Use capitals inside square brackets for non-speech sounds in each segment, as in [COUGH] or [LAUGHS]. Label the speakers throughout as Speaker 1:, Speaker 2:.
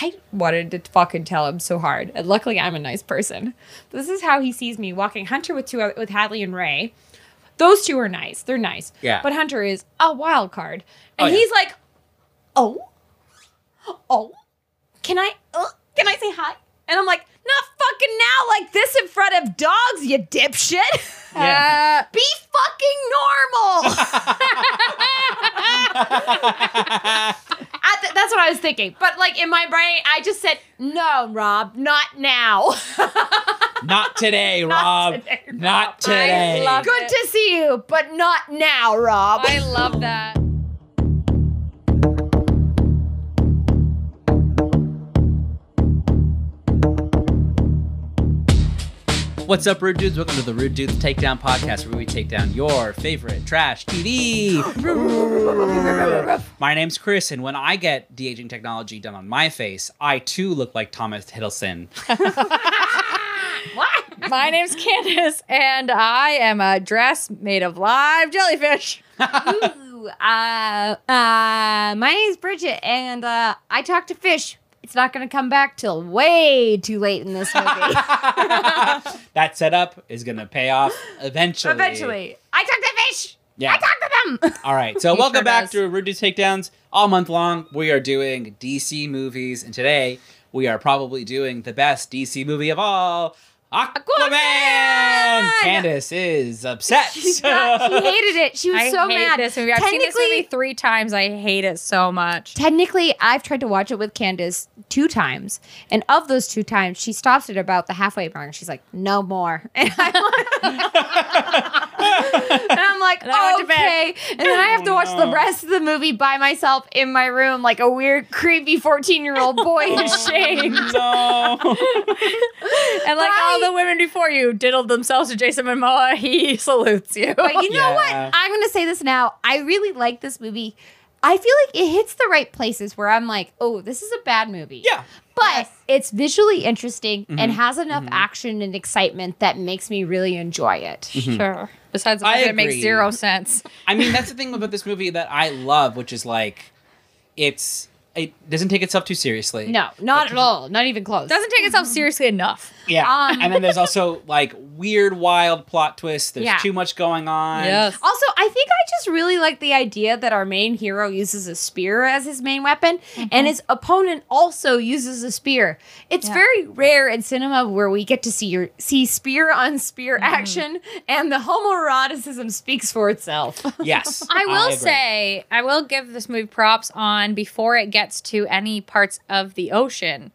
Speaker 1: I wanted to fucking tell him so hard. And luckily, I'm a nice person. This is how he sees me walking Hunter with two with Hadley and Ray. Those two are nice. They're nice.
Speaker 2: Yeah.
Speaker 1: But Hunter is a wild card, and
Speaker 2: Oh, yeah.
Speaker 1: he's like, "Oh, oh, can I? Uh, can I say hi?" And I'm like, "Not fucking now, like this in front of dogs, you dipshit." Uh,
Speaker 2: Yeah.
Speaker 1: Be fucking [LAUGHS] normal. I th- that's what I was thinking. But like in my brain, I just said, "No, Rob, not now." [LAUGHS]
Speaker 2: Not today, Rob.
Speaker 1: today, Rob.
Speaker 2: Not today.
Speaker 3: love-
Speaker 1: Good to see you, but not now, Rob.
Speaker 3: I love that.
Speaker 2: What's up, Rude Dudes? Welcome to the Rude Dudes Takedown Podcast, where we take down your favorite
Speaker 1: [GASPS] [LAUGHS]
Speaker 2: trash TV. my name's Chris, and when I get de aging technology done on my face, I too look like
Speaker 1: [LAUGHS]
Speaker 2: Thomas Hiddleston. [LAUGHS]
Speaker 1: what?
Speaker 3: My name's Candace, and I am a dress made of live jellyfish.
Speaker 1: Ooh, uh, uh, my name's Bridget, and uh, I talk to fish. It's not going to come back till way too late in this
Speaker 3: [LAUGHS]
Speaker 1: movie.
Speaker 2: that setup is going to pay off eventually.
Speaker 1: Eventually, I talk to fish.
Speaker 2: Yeah.
Speaker 1: I talk to them. [LAUGHS]
Speaker 2: All right. So,
Speaker 3: He
Speaker 2: welcome
Speaker 3: sure
Speaker 2: back
Speaker 3: does.
Speaker 2: to Rude Dudes Takedowns. All month long, we are doing DC movies, and today we are probably doing the best DC movie of all. Aquaman! Candace is
Speaker 3: [LAUGHS]
Speaker 2: upset.
Speaker 1: She's not- she hated it. She was
Speaker 3: I
Speaker 1: so
Speaker 3: hate
Speaker 1: mad.
Speaker 3: this movie. I've seen this
Speaker 1: Technically-
Speaker 3: movie three times. I hate it so [LAUGHS] much.
Speaker 1: technically i've tried to watch it with candace two times and of those two times she stops at about the halfway mark and she's like no more [LAUGHS] and i'm like, and I'm like
Speaker 3: And I went to bed.
Speaker 1: okay and then i have to
Speaker 2: Oh,
Speaker 1: watch
Speaker 2: no.
Speaker 1: the rest of the movie by myself in my room like a weird creepy 14 year old boy
Speaker 2: [LAUGHS]
Speaker 1: in [LAUGHS] shame
Speaker 2: [LAUGHS] no.
Speaker 3: And like
Speaker 1: Bye.
Speaker 3: all the women before you diddled themselves to Jason Momoa, he salutes you.
Speaker 1: but you know
Speaker 2: Yeah.
Speaker 1: what i'm gonna say this now i really like this movie i feel like it hits the right places where i'm like oh this is a bad movie
Speaker 2: Yeah.
Speaker 1: But it's visually interesting
Speaker 2: Mm-hmm.
Speaker 1: and has enough action and excitement that makes me really enjoy it.
Speaker 3: Sure. Besides,
Speaker 2: Mm-hmm.
Speaker 3: the
Speaker 2: I
Speaker 3: fact that it makes
Speaker 2: agree.
Speaker 3: zero sense.
Speaker 2: I mean, that's the thing about this movie that I love, which is like, it's it doesn't take itself too seriously.
Speaker 1: No, not at all. Not even close.
Speaker 3: Doesn't take itself seriously enough.
Speaker 2: Yeah.
Speaker 1: Um,
Speaker 2: and then there's also like weird, wild plot twists. There's
Speaker 1: Yeah.
Speaker 2: too much going on.
Speaker 1: also, I think I just really like the idea that our main hero uses a spear as his main weapon and his opponent also uses a spear. It's
Speaker 3: Yeah.
Speaker 1: very rare in cinema where we get to see your see spear on spear action and the homoeroticism speaks for itself.
Speaker 2: Yes.
Speaker 3: I will
Speaker 2: agree.
Speaker 3: say, I will give this movie props on before it gets to any parts of the ocean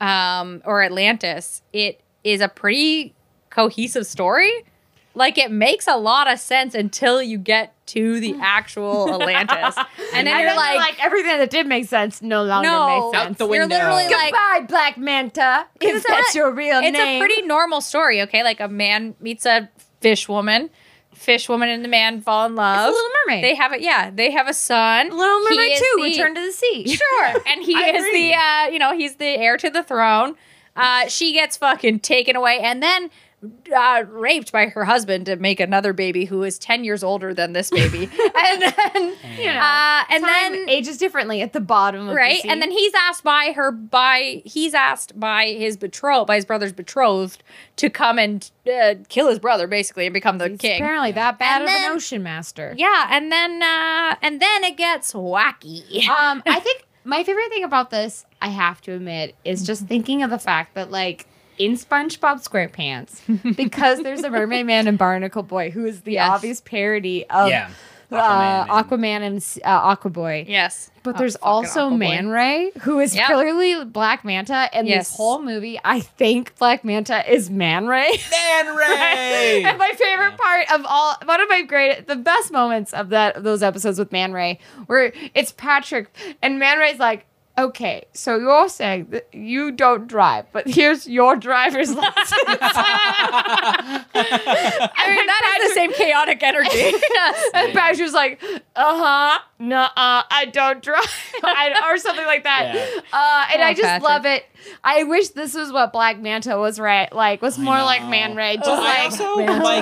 Speaker 3: um, or Atlantis. It is a pretty cohesive story. Like it makes a lot of sense until you get to the
Speaker 1: [LAUGHS]
Speaker 3: actual Atlantis, and
Speaker 1: and
Speaker 3: then you're
Speaker 1: then
Speaker 3: like,
Speaker 1: Mm. like everything that did make sense no longer
Speaker 3: No.
Speaker 1: makes
Speaker 2: Out
Speaker 1: sense.
Speaker 2: the
Speaker 3: you're
Speaker 2: window.
Speaker 3: literally like,
Speaker 1: Goodbye, Black Manta. If
Speaker 3: it's
Speaker 1: that's
Speaker 3: not-
Speaker 1: your real
Speaker 3: it's
Speaker 1: name.
Speaker 3: a pretty normal story. Okay, like a man meets a fish woman, fish woman and the man fall in love.
Speaker 1: Little Mermaid.
Speaker 3: They have a yeah, they have a son.
Speaker 1: Little
Speaker 3: He
Speaker 1: Mermaid
Speaker 3: is
Speaker 1: two.
Speaker 3: the-
Speaker 1: Return to the
Speaker 3: [LAUGHS]
Speaker 1: Sea.
Speaker 3: Sure. And he
Speaker 2: I
Speaker 3: is
Speaker 2: agree.
Speaker 3: the uh, you know, he's the heir to the throne. Uh, she gets fucking taken away and then uh, raped by her husband to make another baby who is 10 years older than
Speaker 1: [LAUGHS]
Speaker 3: this baby. and then
Speaker 1: You know,
Speaker 3: uh, and
Speaker 1: time
Speaker 3: then
Speaker 1: ages differently at the bottom of
Speaker 3: right
Speaker 1: the sea.
Speaker 3: and then he's asked by her by he's asked by his betrothed by his brother's betrothed to come and uh, kill his brother basically and become the
Speaker 1: He's
Speaker 3: king.
Speaker 1: apparently that bad
Speaker 3: And
Speaker 1: of
Speaker 3: then-
Speaker 1: an ocean master.
Speaker 3: Yeah, and then uh, and then it gets wacky.
Speaker 1: [LAUGHS] Um, I think my favorite thing about this, I have to admit, is just thinking of the fact that like in SpongeBob
Speaker 3: [LAUGHS]
Speaker 1: SquarePants, because there's a mermaid man and barnacle boy who is the
Speaker 3: Yes.
Speaker 1: obvious parody of
Speaker 2: yeah.
Speaker 1: uh,
Speaker 2: Aquaman and-
Speaker 1: Aquaman and uh, Aquaboy.
Speaker 3: yes.
Speaker 1: But
Speaker 3: Oh,
Speaker 1: there's
Speaker 3: fucking
Speaker 1: also
Speaker 3: Aquaboy.
Speaker 1: Man Ray, who is
Speaker 3: Yep.
Speaker 1: clearly Black Manta, and
Speaker 3: Yes.
Speaker 1: this whole movie, I think Black Manta is Man Ray. [LAUGHS]
Speaker 2: Man Ray.
Speaker 1: and my favorite
Speaker 2: Yeah.
Speaker 1: part of all, one of my great, the best moments of that of those episodes with Man Ray, where it's Patrick, and Man Ray's like, "Okay, so you're saying that you don't drive, but here's your driver's [LAUGHS]
Speaker 3: [LAUGHS]
Speaker 1: license."
Speaker 3: I mean, that is the same
Speaker 1: [LAUGHS]
Speaker 3: chaotic energy.
Speaker 1: And Patrick's like, uh huh, nah, uh, I don't drive, I, or something like that.
Speaker 2: Yeah.
Speaker 1: Uh, and
Speaker 3: Oh,
Speaker 1: I just
Speaker 3: Patrick.
Speaker 1: love it. I wish this was what Black Manta was, right? Like, was more like
Speaker 2: know.
Speaker 1: Man Ray, just
Speaker 2: But Oh, I
Speaker 1: like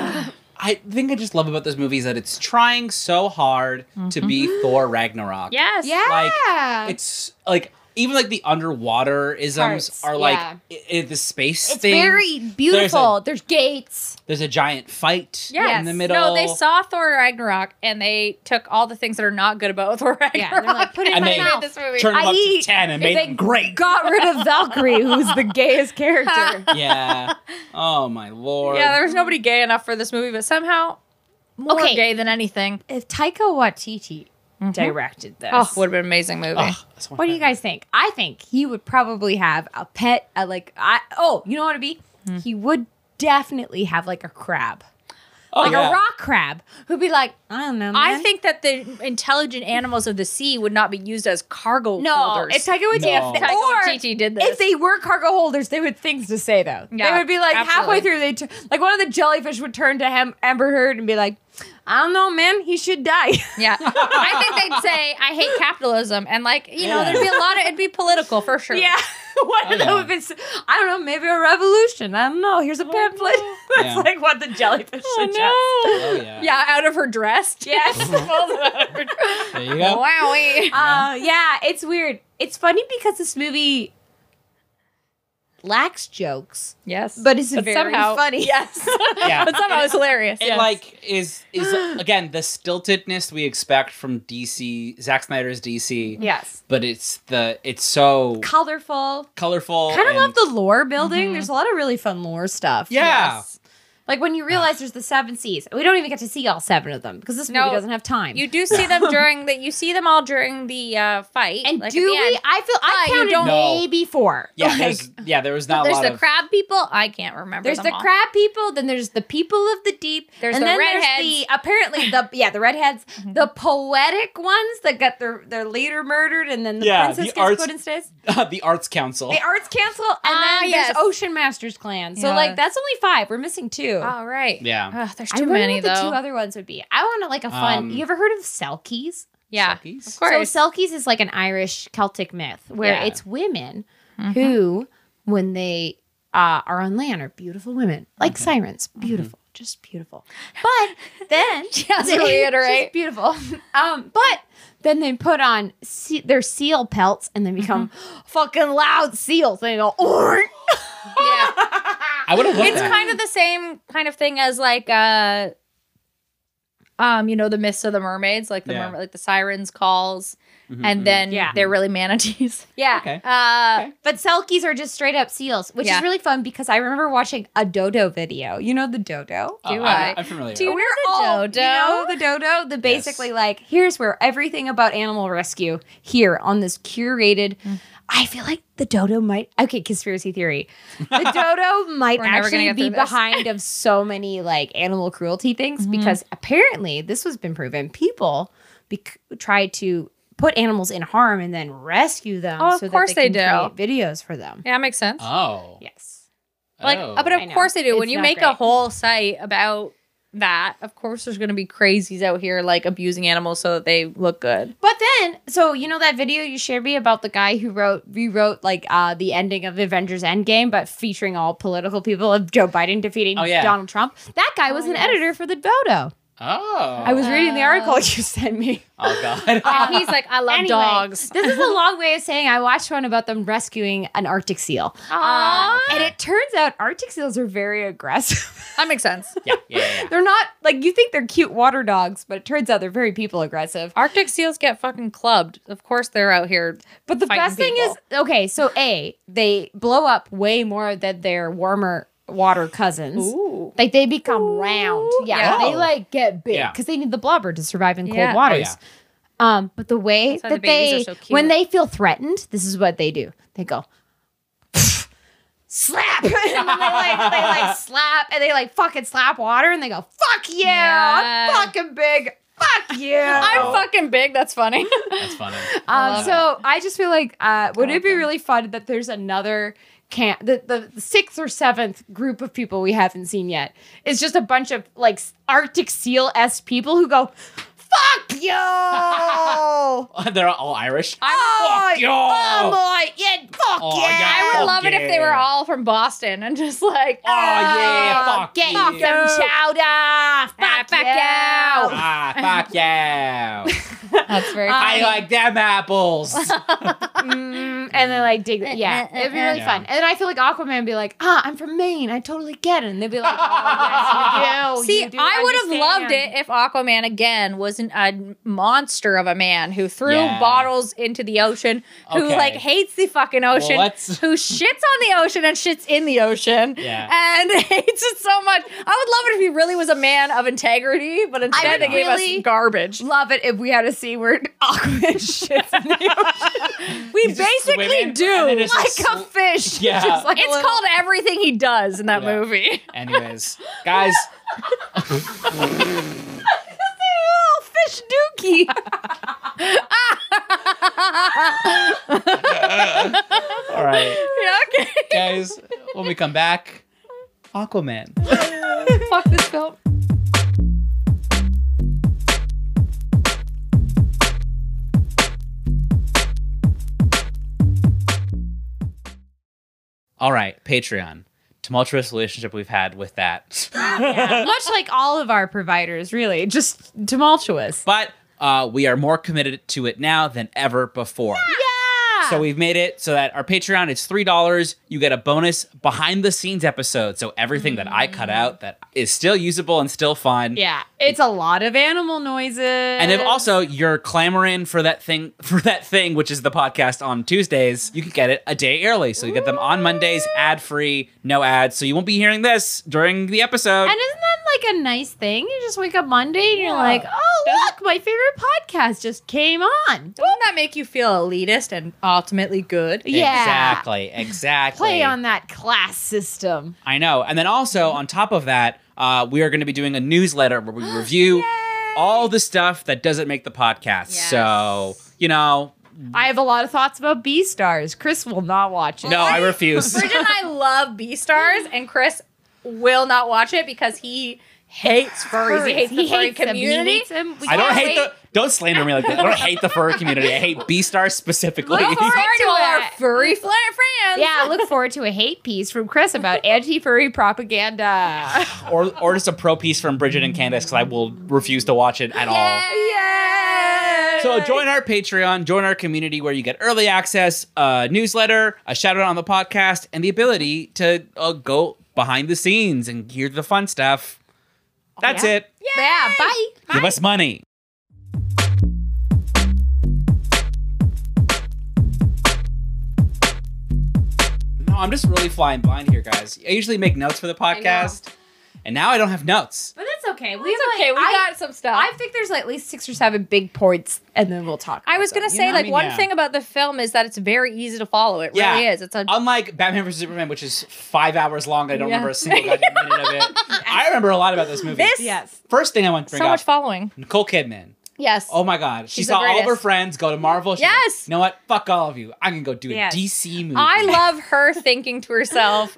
Speaker 2: also
Speaker 1: [LAUGHS]
Speaker 2: like. I think I just love about this movie is that it's
Speaker 1: Mm-hmm.
Speaker 2: trying so hard to be Thor Ragnarok.
Speaker 3: yes.
Speaker 1: yeah,
Speaker 2: It's like even like the underwater isms
Speaker 4: Parts,
Speaker 2: are like
Speaker 4: yeah.
Speaker 2: i- i- the space
Speaker 1: It's
Speaker 2: thing.
Speaker 1: very beautiful. There's, gates.
Speaker 2: There's a giant fight
Speaker 3: Yes.
Speaker 2: in the middle.
Speaker 3: No, they saw Thor Ragnarok and they took all the things that are not good about [LAUGHS] Thor Ragnarok.
Speaker 4: Yeah, they're like, put it in
Speaker 2: [LAUGHS] And
Speaker 4: my
Speaker 2: they-
Speaker 4: mouth.
Speaker 3: this movie.
Speaker 2: turned them up to
Speaker 1: I-
Speaker 2: ten and made
Speaker 1: they
Speaker 2: them great.
Speaker 1: Got rid of Valkyrie, who's the gayest
Speaker 4: [LAUGHS]
Speaker 1: character.
Speaker 2: [LAUGHS] yeah. Oh my lord.
Speaker 3: yeah, there was nobody gay enough for this movie, but somehow more
Speaker 1: Okay.
Speaker 3: gay than anything.
Speaker 1: If Taika Waititi directed this,
Speaker 3: Oh, would have been an amazing movie.
Speaker 2: Mm-hmm. Ugh, that's one
Speaker 1: what do you
Speaker 2: thing.
Speaker 1: guys think? I think he would probably have a pet. A, like, I oh, you know what it'd be?
Speaker 4: Hmm.
Speaker 1: He would definitely have like a crab,
Speaker 2: Oh,
Speaker 1: like
Speaker 2: yeah.
Speaker 1: a rock [LAUGHS] crab, who'd be like, I don't know.
Speaker 3: I
Speaker 1: man."
Speaker 3: think that the intelligent animals of the sea would not be used as cargo
Speaker 1: no.
Speaker 3: holders.
Speaker 1: If Taika Waititi,
Speaker 2: No.
Speaker 1: if-
Speaker 3: Taika
Speaker 1: or
Speaker 3: Waititi did this.
Speaker 1: if they were cargo holders, they would things to say though.
Speaker 3: Yeah,
Speaker 1: they would be like
Speaker 3: absolutely.
Speaker 1: halfway through, they tu- like one of the jellyfish would turn to Hem- Amber Heard and be like, "I don't know, man. He should die." [LAUGHS]
Speaker 3: yeah, [LAUGHS] I think they'd say, "I hate capitalism," and like you know,
Speaker 2: Yeah.
Speaker 3: there'd be a lot of it'd be political for
Speaker 2: [LAUGHS]
Speaker 3: sure.
Speaker 1: yeah. [LAUGHS] What
Speaker 2: Oh, yeah.
Speaker 1: if it's I don't know, maybe a revolution. I don't know.
Speaker 3: Oh,
Speaker 1: Here's a pamphlet. [LAUGHS] That's
Speaker 2: Yeah.
Speaker 1: like what the jellyfish suggests.
Speaker 2: Oh
Speaker 1: [LAUGHS]
Speaker 2: yeah.
Speaker 3: yeah, out of her dress.
Speaker 1: Yes.
Speaker 2: There you go.
Speaker 3: [LAUGHS] Wowie.
Speaker 1: [LAUGHS] uh, yeah, it's weird. It's funny because this movie lacks jokes,
Speaker 3: Yes,
Speaker 1: but it's
Speaker 3: But
Speaker 1: very
Speaker 3: somehow-
Speaker 1: funny. [LAUGHS]
Speaker 3: [LAUGHS]
Speaker 1: Yes.
Speaker 2: Yeah.
Speaker 3: but somehow it's hilarious.
Speaker 2: It
Speaker 3: yes.
Speaker 2: like is is
Speaker 3: [GASPS]
Speaker 2: again the stiltedness we expect from DC Zack Snyder's DC.
Speaker 4: Yes.
Speaker 2: But it's the it's so
Speaker 1: Colorful.
Speaker 3: Oh,
Speaker 2: colorful.
Speaker 1: Kind of
Speaker 2: and-
Speaker 1: love the lore building.
Speaker 3: Mm-hmm.
Speaker 1: There's a lot of really fun lore stuff.
Speaker 2: Yeah.
Speaker 1: Like when you realize there's the seven C's. We don't even get to see all seven of them because this movie
Speaker 3: No,
Speaker 1: doesn't have time.
Speaker 3: You do see
Speaker 2: [LAUGHS]
Speaker 3: them during the you see them all during the uh, fight.
Speaker 1: and
Speaker 3: like, at
Speaker 1: do
Speaker 3: the
Speaker 1: we?
Speaker 3: end.
Speaker 1: I feel I
Speaker 3: Uh, you
Speaker 1: counted
Speaker 3: don't-
Speaker 2: No.
Speaker 1: maybe four.
Speaker 2: Yeah.
Speaker 1: Like,
Speaker 2: there's, yeah. There was not a
Speaker 3: There's
Speaker 2: lot
Speaker 3: the
Speaker 2: of.
Speaker 3: crab people. I can't remember.
Speaker 1: There's
Speaker 3: them
Speaker 1: the
Speaker 3: all.
Speaker 1: crab people, then there's the people of the Mm-hmm. deep.
Speaker 3: There's
Speaker 1: and
Speaker 3: the
Speaker 1: then
Speaker 3: redheads.
Speaker 1: There's the, apparently [LAUGHS] the yeah the redheads, the poetic ones that got their their leader murdered, and then the
Speaker 2: Yeah,
Speaker 1: princess
Speaker 2: the
Speaker 1: gets
Speaker 2: arts-
Speaker 1: put in stays.
Speaker 2: [LAUGHS] the Arts Council.
Speaker 1: The arts council, and
Speaker 3: Ah,
Speaker 1: then
Speaker 3: yes.
Speaker 1: there's Ocean Masters clan. So
Speaker 3: Yeah.
Speaker 1: like that's only five. We're missing two.
Speaker 3: All right.
Speaker 2: Yeah.
Speaker 3: Ugh, there's
Speaker 1: Ah, I
Speaker 3: too
Speaker 1: wonder
Speaker 3: many
Speaker 1: what
Speaker 3: though.
Speaker 1: the two other ones would be. I want to like a fun.
Speaker 2: Um,
Speaker 1: you ever heard of selkies?
Speaker 3: yeah.
Speaker 2: Selkies?
Speaker 3: Of
Speaker 1: So
Speaker 3: course.
Speaker 1: selkies is like an Irish Celtic myth where
Speaker 2: Yeah.
Speaker 1: it's women
Speaker 3: Mm-hmm.
Speaker 1: who, when they uh, are on land, are beautiful women like
Speaker 3: Mm-hmm.
Speaker 1: sirens, beautiful, just beautiful.
Speaker 3: [LAUGHS]
Speaker 1: But then [LAUGHS]
Speaker 3: Just to reiterate.
Speaker 1: just beautiful. [LAUGHS] Um, but then they put on se- their seal pelts and they
Speaker 3: Mm-hmm.
Speaker 1: become fucking loud seals. They go,
Speaker 3: [LAUGHS]
Speaker 1: "Orn."
Speaker 3: [LAUGHS] yeah.
Speaker 2: I would have loved
Speaker 3: It's
Speaker 2: that.
Speaker 3: kind of the same kind of thing as like uh um, you know, the myths of the mermaids, like the
Speaker 2: Yeah.
Speaker 3: mermaid, like the sirens calls,
Speaker 2: Mhm, mhm.
Speaker 3: and then
Speaker 1: Yeah.
Speaker 3: they're really manatees.
Speaker 1: [LAUGHS] yeah.
Speaker 2: Okay.
Speaker 3: Uh
Speaker 1: But selkies are just straight up seals, which
Speaker 3: Yeah.
Speaker 1: is really fun because I remember watching a dodo video. You know the dodo?
Speaker 2: Oh,
Speaker 3: do
Speaker 2: I'm-
Speaker 3: I-
Speaker 2: I'm familiar.
Speaker 3: do you-
Speaker 1: we're
Speaker 3: know the
Speaker 1: all
Speaker 3: dodo?
Speaker 1: you know the dodo the basically like here's where everything about animal rescue here on this curated
Speaker 3: Hmm.
Speaker 1: i feel like the dodo might okay conspiracy theory
Speaker 3: [LAUGHS]
Speaker 1: the dodo might
Speaker 3: We're never gonna
Speaker 1: actually
Speaker 3: get
Speaker 1: be
Speaker 3: through this. Mm-hmm.
Speaker 1: behind
Speaker 3: [LAUGHS]
Speaker 1: of so many like animal cruelty things because apparently this has been proven people bec- try to put animals in harm and then rescue them
Speaker 3: Oh, of
Speaker 1: so
Speaker 3: course
Speaker 1: that they,
Speaker 3: they
Speaker 1: can
Speaker 3: do.
Speaker 1: create videos for them
Speaker 3: yeah, makes sense.
Speaker 2: oh.
Speaker 1: yes
Speaker 3: like
Speaker 2: oh.
Speaker 3: but
Speaker 1: I
Speaker 3: of
Speaker 1: know.
Speaker 3: course they do. when
Speaker 1: It's
Speaker 3: you
Speaker 1: not
Speaker 3: make a
Speaker 1: great.
Speaker 3: whole site about that, of course there's gonna be crazies out here like abusing animals so that they
Speaker 1: [LAUGHS]
Speaker 3: look good.
Speaker 1: But then, so you know that video you shared me about the guy who wrote rewrote like uh the ending of Avengers Endgame, but featuring all political people of Joe Biden defeating
Speaker 2: Oh, yeah.
Speaker 1: Donald Trump. That guy was
Speaker 3: Oh,
Speaker 1: an
Speaker 3: yes.
Speaker 1: editor for the Dodo.
Speaker 2: oh.
Speaker 1: I was reading the article
Speaker 3: Oh.
Speaker 1: you [LAUGHS] sent me.
Speaker 2: Oh god. [LAUGHS]
Speaker 3: And he's like, I love
Speaker 1: Anyway, [LAUGHS]
Speaker 3: dogs.
Speaker 1: this is a long way of saying I watched one about them rescuing an Arctic seal.
Speaker 3: Aw.
Speaker 1: Uh, and it turns out Arctic seals are very aggressive. [LAUGHS]
Speaker 3: That makes sense.
Speaker 2: yeah. Yeah. yeah, yeah.
Speaker 1: they're not like you think they're cute water dogs, but it turns out they're very people aggressive.
Speaker 3: Arctic seals get fucking clubbed. Of course they're out here.
Speaker 1: But the
Speaker 3: fighting
Speaker 1: best thing
Speaker 3: people.
Speaker 1: is, okay, so A, they blow up way more than their warmer water cousins.
Speaker 3: Ooh.
Speaker 1: Like they become round. Yeah.
Speaker 2: Yeah.
Speaker 1: They like get big
Speaker 2: Oh. Yeah.
Speaker 1: because they need the blubber to survive in cold
Speaker 3: Yeah. Oh,
Speaker 1: waters.
Speaker 2: yeah.
Speaker 1: Um, but the way
Speaker 3: That's why
Speaker 1: that
Speaker 3: the
Speaker 1: they,
Speaker 3: babies are so cute.
Speaker 1: when they feel threatened, this is what they do. They go, slap. [LAUGHS] and then they like, they
Speaker 3: [LAUGHS]
Speaker 1: like slap and they like fucking slap water and they go, fuck you.
Speaker 3: Yeah.
Speaker 1: I'm fucking big. Fuck you.
Speaker 2: Oh.
Speaker 3: I'm fucking big. That's funny. [LAUGHS]
Speaker 2: That's funny. [LAUGHS]
Speaker 1: Um,
Speaker 3: love
Speaker 1: so I just feel like, uh, would
Speaker 3: I
Speaker 1: it be
Speaker 3: love them.
Speaker 1: really fun that there's another camp, the, the, the sixth or seventh group of people we haven't seen yet? It's just a bunch of like s- Arctic Seal s people who go, "Fuck you!" oh,
Speaker 2: They're all Irish.
Speaker 1: oh,
Speaker 2: you.
Speaker 1: boy, yeah, fuck
Speaker 2: Oh,
Speaker 1: yeah.
Speaker 2: yeah,
Speaker 3: I
Speaker 2: Fuck
Speaker 3: would love it if they were
Speaker 2: yeah.
Speaker 3: all from Boston and just like, "Ah."
Speaker 2: Oh yeah. Fuck
Speaker 1: get
Speaker 2: you.
Speaker 1: some chowder. Fuck,
Speaker 3: fuck
Speaker 1: you.
Speaker 3: you. [LAUGHS]
Speaker 2: Ah, fuck you.
Speaker 3: That's very
Speaker 1: Uh,
Speaker 2: I like them
Speaker 3: [LAUGHS]
Speaker 2: apples. [LAUGHS]
Speaker 1: Mm, and then like dig. Yeah, it'd be really
Speaker 2: Yeah.
Speaker 1: fun. And then I feel like Aquaman would be like, ah, I'm from Maine. I totally get it. And they'd be like, oh, yes, you do.
Speaker 3: [LAUGHS] See,
Speaker 1: You do
Speaker 3: I would have loved
Speaker 1: understand."
Speaker 3: it if Aquaman again wasn't a monster of a man who threw
Speaker 2: Yeah.
Speaker 3: bottles into the ocean, who
Speaker 2: Okay.
Speaker 3: like hates the fucking
Speaker 2: Well,
Speaker 3: ocean,
Speaker 2: let's-
Speaker 3: who shits on the ocean and shits in the
Speaker 1: [LAUGHS]
Speaker 3: ocean,
Speaker 2: Yeah.
Speaker 3: and [LAUGHS] hates it so much. I would love it if he really was a man of integrity, but instead
Speaker 1: would
Speaker 3: they gave
Speaker 1: really-
Speaker 3: us garbage.
Speaker 1: Love it if we had a C word [LAUGHS] Aquaman shits in
Speaker 3: [LAUGHS]
Speaker 1: the
Speaker 3: We
Speaker 2: He's just
Speaker 3: basically
Speaker 2: swimming, and
Speaker 3: do
Speaker 2: then
Speaker 3: like
Speaker 2: it's just
Speaker 3: a
Speaker 2: sl-
Speaker 3: fish. [LAUGHS]
Speaker 2: Yeah.
Speaker 3: Just like
Speaker 1: a
Speaker 3: it's
Speaker 1: little-
Speaker 3: called everything he does in that
Speaker 2: Yeah.
Speaker 3: [LAUGHS] movie.
Speaker 2: Anyways, guys,
Speaker 3: Fish dookie.
Speaker 2: all right,
Speaker 3: [LAUGHS] yeah, okay.
Speaker 2: guys, when we come back, Aquaman.
Speaker 3: Fuck this film.
Speaker 2: All right, Patreon. Tumultuous relationship we've had with that. [LAUGHS]
Speaker 5: Much like all of our providers, really, just tumultuous.
Speaker 2: but uh, we are more committed to it now than ever before.
Speaker 5: Yeah.
Speaker 2: So we've made it so that our Patreon is three dollars. You get a bonus behind the scenes episode. So everything that I cut out that is still usable and still fun.
Speaker 5: Yeah, it's a lot of animal noises.
Speaker 2: And
Speaker 5: Oh.
Speaker 2: if also you're clamoring for that thing [LAUGHS] for that thing, which is the podcast on Tuesdays, you can get it a day early. So you get them on Mondays, ad free, no ads. So you won't be hearing this during the episode.
Speaker 5: And isn't that like a nice thing? You just wake up Monday and you're like, oh, look, my favorite podcast just came on.
Speaker 3: Doesn't that make you feel elitist and ultimately good?
Speaker 5: Yeah.
Speaker 2: Exactly.
Speaker 5: [LAUGHS]
Speaker 2: Exactly.
Speaker 5: Play on that class system.
Speaker 2: I know. And then also on top of that, uh, we are going to be doing a
Speaker 5: [GASPS]
Speaker 2: newsletter where we review all the stuff that doesn't make the podcast.
Speaker 3: Yes.
Speaker 2: So you know,
Speaker 5: I have a lot of thoughts about B stars. Chris will not watch it.
Speaker 2: no, I refuse.
Speaker 3: Bridget and I love B stars, and Chris will not watch it because he hates furries. He hates the furry
Speaker 5: Them. He
Speaker 3: community.
Speaker 5: hates them. We
Speaker 2: [LAUGHS] I don't
Speaker 5: can't wait.
Speaker 2: hate the. Don't slander me like that. I don't hate the furry community. I hate B Star specifically.
Speaker 3: Look forward to
Speaker 5: to
Speaker 3: all our
Speaker 5: it.
Speaker 3: furry fl- friends.
Speaker 5: Yeah, look forward to a hate piece from Chris about anti furry propaganda.
Speaker 2: or or just a pro piece from Bridget and Candace because I will refuse to watch it at all.
Speaker 3: Yay!
Speaker 2: So join our Patreon, join our community where you get early access, a newsletter, a shout out on the podcast, and the ability to uh, go behind the scenes and hear the fun stuff. That's
Speaker 5: Yeah.
Speaker 2: it.
Speaker 5: yeah, bye.
Speaker 2: Give us money. No, I'm just really flying blind here, guys. I usually make notes for the podcast, and now I don't have notes.
Speaker 5: But that's okay. We
Speaker 3: It's okay. We got some stuff.
Speaker 5: I think there's at least six or seven big points, and then we'll talk.
Speaker 3: I was
Speaker 5: about
Speaker 3: gonna
Speaker 5: them.
Speaker 3: say,
Speaker 2: know, I
Speaker 3: like,
Speaker 2: mean,
Speaker 3: one
Speaker 2: yeah.
Speaker 3: thing about the film is that it's very easy to follow. It really
Speaker 2: Yeah.
Speaker 3: is. It's a
Speaker 2: Unlike Batman vs Superman, which is five hours long, I don't
Speaker 3: Yeah.
Speaker 2: remember a single goddamn minute of
Speaker 3: [LAUGHS]
Speaker 2: it. I remember a lot about this movie.
Speaker 3: This-
Speaker 5: Yes.
Speaker 2: First thing I want to
Speaker 3: so
Speaker 2: bring up:
Speaker 3: much following.
Speaker 2: Nicole Kidman.
Speaker 3: Yes.
Speaker 2: Oh my god, she
Speaker 3: She's the
Speaker 2: saw all of her
Speaker 3: greatest.
Speaker 2: friends go to Marvel. She's like,
Speaker 3: Yes.
Speaker 2: you know what? Fuck all of you. I can go do a
Speaker 5: Yes.
Speaker 2: DC movie.
Speaker 3: I love
Speaker 2: [LAUGHS]
Speaker 3: her thinking to herself,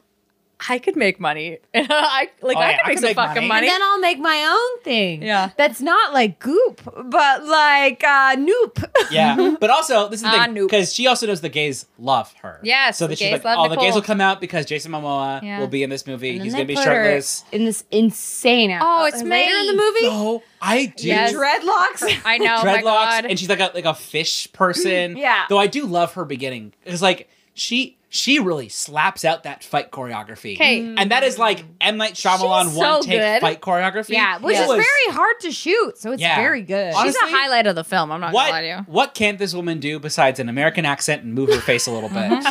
Speaker 3: "I could make money. [LAUGHS] I like
Speaker 2: Oh,
Speaker 3: I
Speaker 2: yeah,
Speaker 3: could
Speaker 2: I
Speaker 3: make
Speaker 2: could
Speaker 3: some
Speaker 2: make
Speaker 3: fucking
Speaker 2: money."
Speaker 3: money."
Speaker 5: And then I'll make my own thing.
Speaker 3: Yeah.
Speaker 5: That's not like goop, but like uh noop.
Speaker 2: Yeah, but also this is the
Speaker 3: Ah,
Speaker 2: thing
Speaker 3: nope.
Speaker 2: because she also knows the gays love her.
Speaker 3: Yes,
Speaker 2: so
Speaker 3: the
Speaker 2: that she's
Speaker 3: gays
Speaker 2: like,
Speaker 3: love
Speaker 2: oh, the gays
Speaker 3: Nicole."
Speaker 2: will come out because Jason Momoa
Speaker 3: Yeah.
Speaker 2: will be in this movie.
Speaker 5: And
Speaker 2: He's
Speaker 5: then
Speaker 2: gonna
Speaker 5: they
Speaker 2: be
Speaker 5: put her
Speaker 2: shirtless.
Speaker 5: in this insane outfit.
Speaker 3: it's
Speaker 5: Or later Oh, in the
Speaker 3: me.
Speaker 5: movie.
Speaker 2: No, I do
Speaker 3: Yes.
Speaker 5: Dreadlocks.
Speaker 3: I know, Oh my
Speaker 2: dreadlocks,
Speaker 3: God.
Speaker 2: and she's like a like a fish
Speaker 3: [CLEARS THROAT]
Speaker 2: person.
Speaker 5: Yeah.
Speaker 2: though I do love her beginning because like she she really slaps out that fight choreography.
Speaker 3: 'Kay.
Speaker 2: and that is like M Night Shyamalan
Speaker 3: She's so
Speaker 2: one take
Speaker 3: good.
Speaker 2: fight choreography.
Speaker 5: yeah, [LAUGHS] which
Speaker 2: It
Speaker 5: is
Speaker 2: was-
Speaker 5: very hard to shoot, so it's
Speaker 2: Yeah.
Speaker 5: very good.
Speaker 2: Honest-
Speaker 3: She's
Speaker 2: honestly-
Speaker 3: a highlight of the film. I'm not gonna lie to you.
Speaker 2: What, what can't this woman do besides an American accent and move her face a little bit?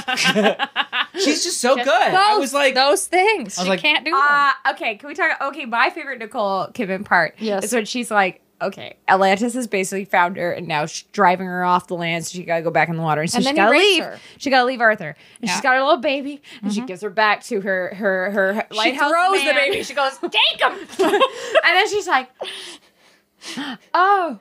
Speaker 2: [LAUGHS] She's just so good. I
Speaker 3: Both
Speaker 2: was like,
Speaker 3: Uh-huh. those things.
Speaker 2: I was
Speaker 3: she
Speaker 2: like,
Speaker 3: can't do them.
Speaker 5: Uh, okay, can we talk? Okay, my favorite Nicole Kidman part
Speaker 1: Yes.
Speaker 5: is when she's like, okay, Atlantis has basically found her and now she's driving her off the land, so she gotta go back in the water. And so
Speaker 3: And
Speaker 5: she
Speaker 3: then he
Speaker 5: gotta
Speaker 3: rapes
Speaker 5: leave.
Speaker 3: her.
Speaker 5: She gotta leave Arthur. And
Speaker 3: Yeah.
Speaker 5: she's got her little baby, and she gives her back to her her her lighthouse
Speaker 3: throws the
Speaker 5: man.
Speaker 3: baby.
Speaker 5: She goes, take him.
Speaker 1: [LAUGHS]
Speaker 5: and then she's like, oh,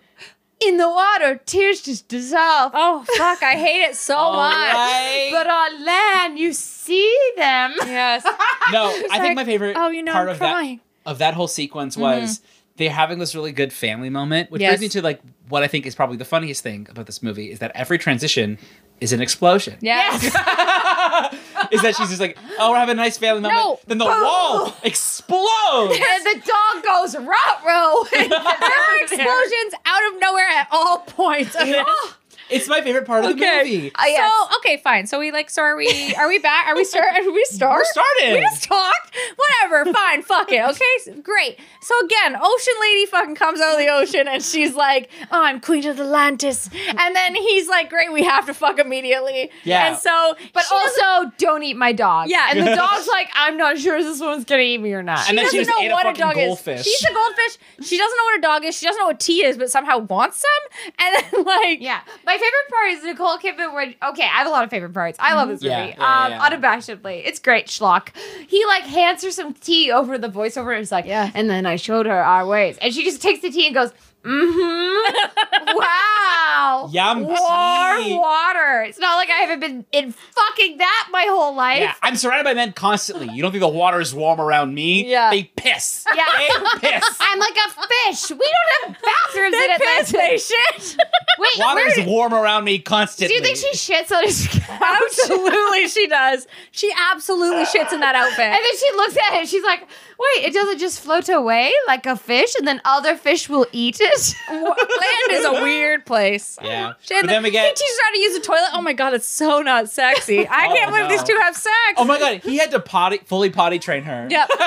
Speaker 5: in the water, tears just dissolve.
Speaker 3: [LAUGHS] Oh fuck, I hate it so
Speaker 5: Oh,
Speaker 2: all
Speaker 3: much. [LAUGHS]
Speaker 2: right.
Speaker 5: But on land, you see them.
Speaker 1: [LAUGHS]
Speaker 3: Yes.
Speaker 2: No, I think my favorite
Speaker 3: [LAUGHS] Oh, you know,
Speaker 2: part
Speaker 3: I'm
Speaker 2: of
Speaker 3: crying.
Speaker 2: that of that whole sequence was they're having this really good family moment, which
Speaker 3: Mm-hmm. Yes.
Speaker 2: brings me to like what I think is probably
Speaker 5: [LAUGHS]
Speaker 2: the funniest thing about this movie is that every transition is an explosion.
Speaker 3: Yes.
Speaker 2: [LAUGHS] is that she's just like, oh, we're having a nice family moment.
Speaker 3: No. Oh.
Speaker 2: then the wall explodes.
Speaker 3: [LAUGHS]
Speaker 1: and the dog goes rot
Speaker 5: [LAUGHS]
Speaker 1: row.
Speaker 3: There [LAUGHS] are explosions out of nowhere at all points. Of this.
Speaker 2: it's my favorite part of
Speaker 3: Okay.
Speaker 2: the movie.
Speaker 1: I- yes.
Speaker 3: So okay, fine. So we like. So are we? Are we back? Are we start? Are we start?
Speaker 2: We're starting.
Speaker 3: We just talked. Whatever. Fine. Fuck it. Okay. s- Great. So again, ocean lady fucking comes out of the ocean and she's like, "Oh, I'm queen of Atlantis," and then he's like, "Great, we have to fuck immediately."
Speaker 2: Yeah.
Speaker 3: And so,
Speaker 1: But
Speaker 3: she doesn't-
Speaker 1: also, don't eat my dog.
Speaker 3: Yeah.
Speaker 1: And the dog's like, I'm not sure if this one's going to eat me or not.
Speaker 2: And then
Speaker 3: she
Speaker 2: she
Speaker 3: doesn't
Speaker 2: just
Speaker 3: know
Speaker 2: ate a
Speaker 3: what a,
Speaker 2: fucking
Speaker 3: dog
Speaker 2: goldfish.
Speaker 3: is. She's a goldfish. She doesn't know what a dog is. She doesn't know what tea is, but somehow wants some. And then like,
Speaker 1: yeah. My favorite part is Nicole Kidman when okay, I have a lot of favorite parts. I love this
Speaker 2: Yeah,
Speaker 1: movie.
Speaker 2: yeah,
Speaker 1: um
Speaker 2: yeah.
Speaker 1: unabashedly. It's great, schlock. He like hands her some tea over the voiceover and it's like,
Speaker 3: Yeah.
Speaker 1: and then I showed her our ways. And she just takes the tea and goes, Mm-hmm. wow.
Speaker 2: Yum tea.
Speaker 1: Warm water. It's not like I haven't been in fucking that my whole life.
Speaker 2: Yeah, I'm surrounded by men constantly. You don't think the water is warm around me?
Speaker 3: Yeah.
Speaker 2: They piss.
Speaker 1: Yeah.
Speaker 2: They
Speaker 3: [LAUGHS]
Speaker 2: piss.
Speaker 1: I'm like a fish. We don't have bathrooms in
Speaker 3: piss
Speaker 1: Atlanta.
Speaker 3: they shit.
Speaker 1: [LAUGHS] Wait,
Speaker 2: Water
Speaker 1: where
Speaker 2: is warm around me constantly.
Speaker 1: do you think she shits on his couch?
Speaker 3: absolutely, she does. She [LAUGHS] absolutely shits in that outfit.
Speaker 1: And then she looks at it. She's like, "Wait, it doesn't just float away like a fish, and then other fish will eat it." [LAUGHS]
Speaker 3: Land is a weird place.
Speaker 2: Yeah.
Speaker 3: She had
Speaker 2: But
Speaker 3: the-
Speaker 2: then we get-
Speaker 3: He teaches her how to use a toilet. Oh my god, it's so not sexy. I
Speaker 2: Oh,
Speaker 3: can't believe
Speaker 2: no.
Speaker 3: these two have sex.
Speaker 2: Oh my god, he had to potty fully potty train her.
Speaker 3: Yep.
Speaker 2: [LAUGHS]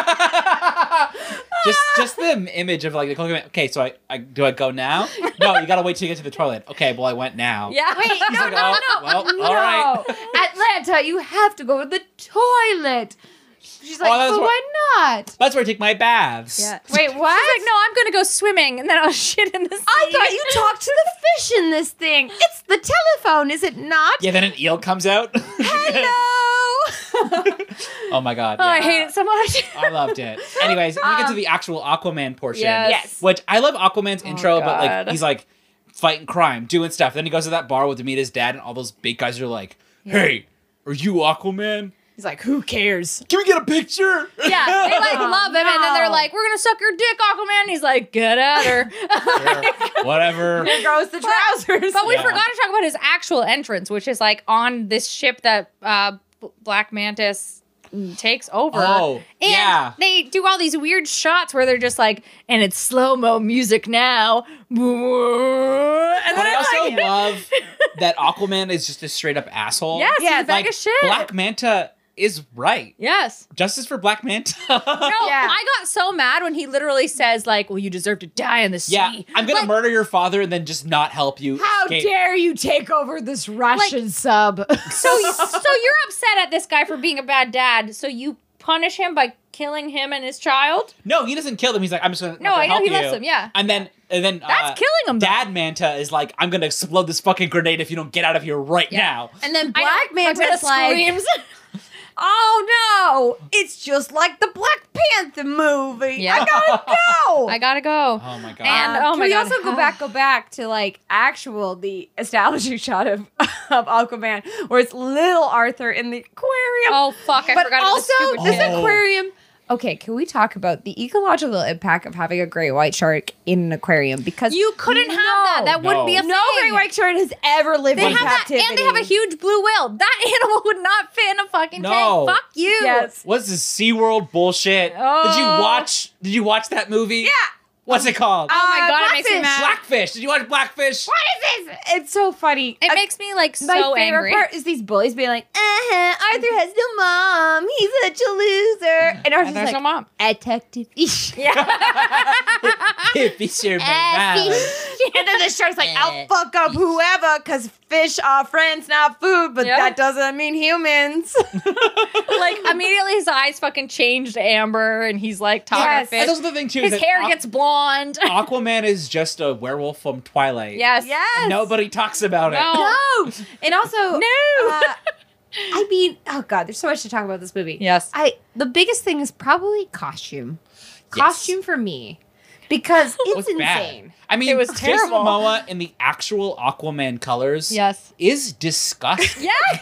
Speaker 2: just just the image of like Nicole Kidman. Okay, so I, I do I go now? No, you gotta wait till you get to the toilet. Okay, well I went now.
Speaker 3: Yeah. [LAUGHS]
Speaker 1: Wait,
Speaker 2: He's
Speaker 1: no,
Speaker 2: like, oh, well,
Speaker 1: no,
Speaker 2: all right.
Speaker 1: Atlanta, you have to go to the toilet. She's like,
Speaker 2: Oh, that's
Speaker 1: "But
Speaker 2: what-
Speaker 1: why not?"
Speaker 2: That's where I take my baths.
Speaker 3: Yeah.
Speaker 1: Wait, what?
Speaker 3: She's "Oh." like, no, I'm gonna go swimming and then I'll [LAUGHS] shit in the sea.
Speaker 1: I thought you talked to the fish in this thing. It's the telephone, is it not?
Speaker 2: Yeah, then an eel comes out. [LAUGHS]
Speaker 3: [LAUGHS] Hello.
Speaker 2: oh my god.
Speaker 3: Oh, I
Speaker 2: yeah.
Speaker 3: hate it so much.
Speaker 2: I loved
Speaker 3: [LAUGHS]
Speaker 2: it. Anyways, we get to
Speaker 1: Um,
Speaker 2: the actual Aquaman portion.
Speaker 3: yes. Oh
Speaker 1: Yes.
Speaker 2: Which I love Aquaman's intro, but like
Speaker 3: God.
Speaker 2: he's like fighting crime, doing stuff. Then he goes to that bar with Amita's dad, and all those big guys are like, "Hey, are you Aquaman?
Speaker 1: He's like, "Who cares?"
Speaker 2: Can we get a picture?"
Speaker 3: Yeah, they like
Speaker 1: Oh,
Speaker 3: love him, and [LAUGHS] then they're
Speaker 1: no.
Speaker 3: like, "We're gonna suck your dick, Aquaman." And he's like, "Get at [LAUGHS] her."
Speaker 2: [LAUGHS] whatever.
Speaker 1: There goes the trousers.
Speaker 3: but we
Speaker 2: Yeah.
Speaker 3: forgot to talk about his actual entrance, which is like on this ship that uh, B- Black Mantis takes over.
Speaker 2: Oh,
Speaker 3: And
Speaker 2: yeah.
Speaker 3: they do all these weird shots where they're just like, and it's slow mo music now. And then
Speaker 2: But I
Speaker 3: I'm
Speaker 2: also
Speaker 3: [LAUGHS] like,
Speaker 2: love that Aquaman is just a straight up asshole.
Speaker 3: yes,
Speaker 1: Yeah,
Speaker 3: yeah, he's a bag
Speaker 2: Like,
Speaker 3: of shit.
Speaker 2: Black Manta is right.
Speaker 3: yes.
Speaker 2: Justice for Black Manta.
Speaker 3: No,
Speaker 1: Yeah.
Speaker 3: I got so mad when he literally says, like, well, you deserve to die in the
Speaker 2: [LAUGHS]
Speaker 3: sea.
Speaker 2: yeah, I'm gonna
Speaker 3: Like,
Speaker 2: murder your father and then just not help you.
Speaker 1: [LAUGHS] How
Speaker 2: escape.
Speaker 1: dare you take over this Russian sub? [LAUGHS]
Speaker 3: So, so you're upset at this guy for being a bad dad, so you punish him by killing him and his child?
Speaker 2: No, he doesn't kill them. He's like, I'm just gonna.
Speaker 3: No,
Speaker 2: I'm gonna
Speaker 3: I know
Speaker 2: help
Speaker 3: he
Speaker 2: you.
Speaker 3: lets them, yeah.
Speaker 2: and then and then
Speaker 3: That's
Speaker 2: uh,
Speaker 3: killing him, though.
Speaker 2: Dad Manta is like, I'm gonna explode this fucking grenade if you don't get out of here right now.
Speaker 1: and then
Speaker 3: I know, Black Manta screams. [LAUGHS]
Speaker 1: "Oh no, it's just like the Black Panther movie.
Speaker 3: Yeah.
Speaker 1: I gotta go."
Speaker 3: [LAUGHS] I gotta go.
Speaker 2: Oh my god.
Speaker 3: And-
Speaker 1: Uh,
Speaker 3: oh
Speaker 1: can
Speaker 3: my
Speaker 1: we
Speaker 3: God.
Speaker 1: also go back, go back to like actual the establishing [LAUGHS] shot of, of Aquaman, where it's little Arthur in the aquarium.
Speaker 3: Oh fuck! I
Speaker 1: but
Speaker 3: forgot.
Speaker 1: also
Speaker 3: about the
Speaker 1: this
Speaker 3: stupid shit.
Speaker 2: Oh.
Speaker 1: aquarium. Okay, can we talk about the ecological impact of having a great white shark in an aquarium? Because
Speaker 3: you couldn't have that. That wouldn't be a
Speaker 2: No.
Speaker 3: thing.
Speaker 1: no great white shark has ever lived
Speaker 3: They
Speaker 1: in
Speaker 3: have that,
Speaker 1: captivity.
Speaker 3: and they have a huge blue whale. That [LAUGHS] animal would not fit in a fucking
Speaker 2: No.
Speaker 3: tank. Fuck you.
Speaker 1: Yes.
Speaker 2: What's this SeaWorld bullshit? Did you
Speaker 3: Oh.
Speaker 2: watch did you watch that movie? Yeah. What's it called?
Speaker 3: Oh my
Speaker 1: Uh,
Speaker 3: god, it makes me
Speaker 1: Blackfish.
Speaker 3: mad.
Speaker 2: Blackfish. Did you watch
Speaker 3: [LAUGHS]
Speaker 2: Blackfish?
Speaker 1: What is this? It's so funny.
Speaker 3: it
Speaker 1: I-
Speaker 3: makes me like
Speaker 1: my
Speaker 3: so
Speaker 1: favorite
Speaker 3: angry.
Speaker 1: part is these bullies being like, uh-huh, Arthur has no mom. He's such a loser. And
Speaker 3: And
Speaker 1: Arthur's
Speaker 3: there's
Speaker 1: like, [LAUGHS]
Speaker 3: no mom.
Speaker 1: Attractive [LAUGHS] ish.
Speaker 3: [LAUGHS]
Speaker 2: If you see my
Speaker 1: Uh,
Speaker 2: man.
Speaker 1: fish. and then the shark's like, [LAUGHS] I'll fuck up whoever because fish are friends, not food, but
Speaker 3: Yeah.
Speaker 1: that doesn't mean humans. [LAUGHS]
Speaker 2: [LAUGHS]
Speaker 3: Like immediately, his eyes fucking change to amber, and he's like talking
Speaker 1: Yes.
Speaker 3: to
Speaker 2: And
Speaker 3: fish.
Speaker 2: also the thing too is
Speaker 3: His
Speaker 2: that
Speaker 3: hair
Speaker 2: Aqu- [LAUGHS]
Speaker 3: gets blonde. [LAUGHS]
Speaker 2: Aquaman is just a werewolf from Twilight.
Speaker 3: yes.
Speaker 1: yes.
Speaker 2: Nobody talks about it.
Speaker 3: No.
Speaker 1: No. And also,
Speaker 3: No.
Speaker 1: [LAUGHS] uh, I mean, oh God, there's so much to talk about this movie.
Speaker 3: Yes.
Speaker 1: I the biggest thing is probably costume.
Speaker 2: Yes.
Speaker 1: Costume for me. because it's
Speaker 2: was bad.
Speaker 1: insane.
Speaker 2: [LAUGHS] I mean,
Speaker 3: It was
Speaker 2: Jason
Speaker 3: terrible.
Speaker 2: Momoa in the actual Aquaman colors
Speaker 3: Yes.
Speaker 2: is disgusting.
Speaker 3: Yes.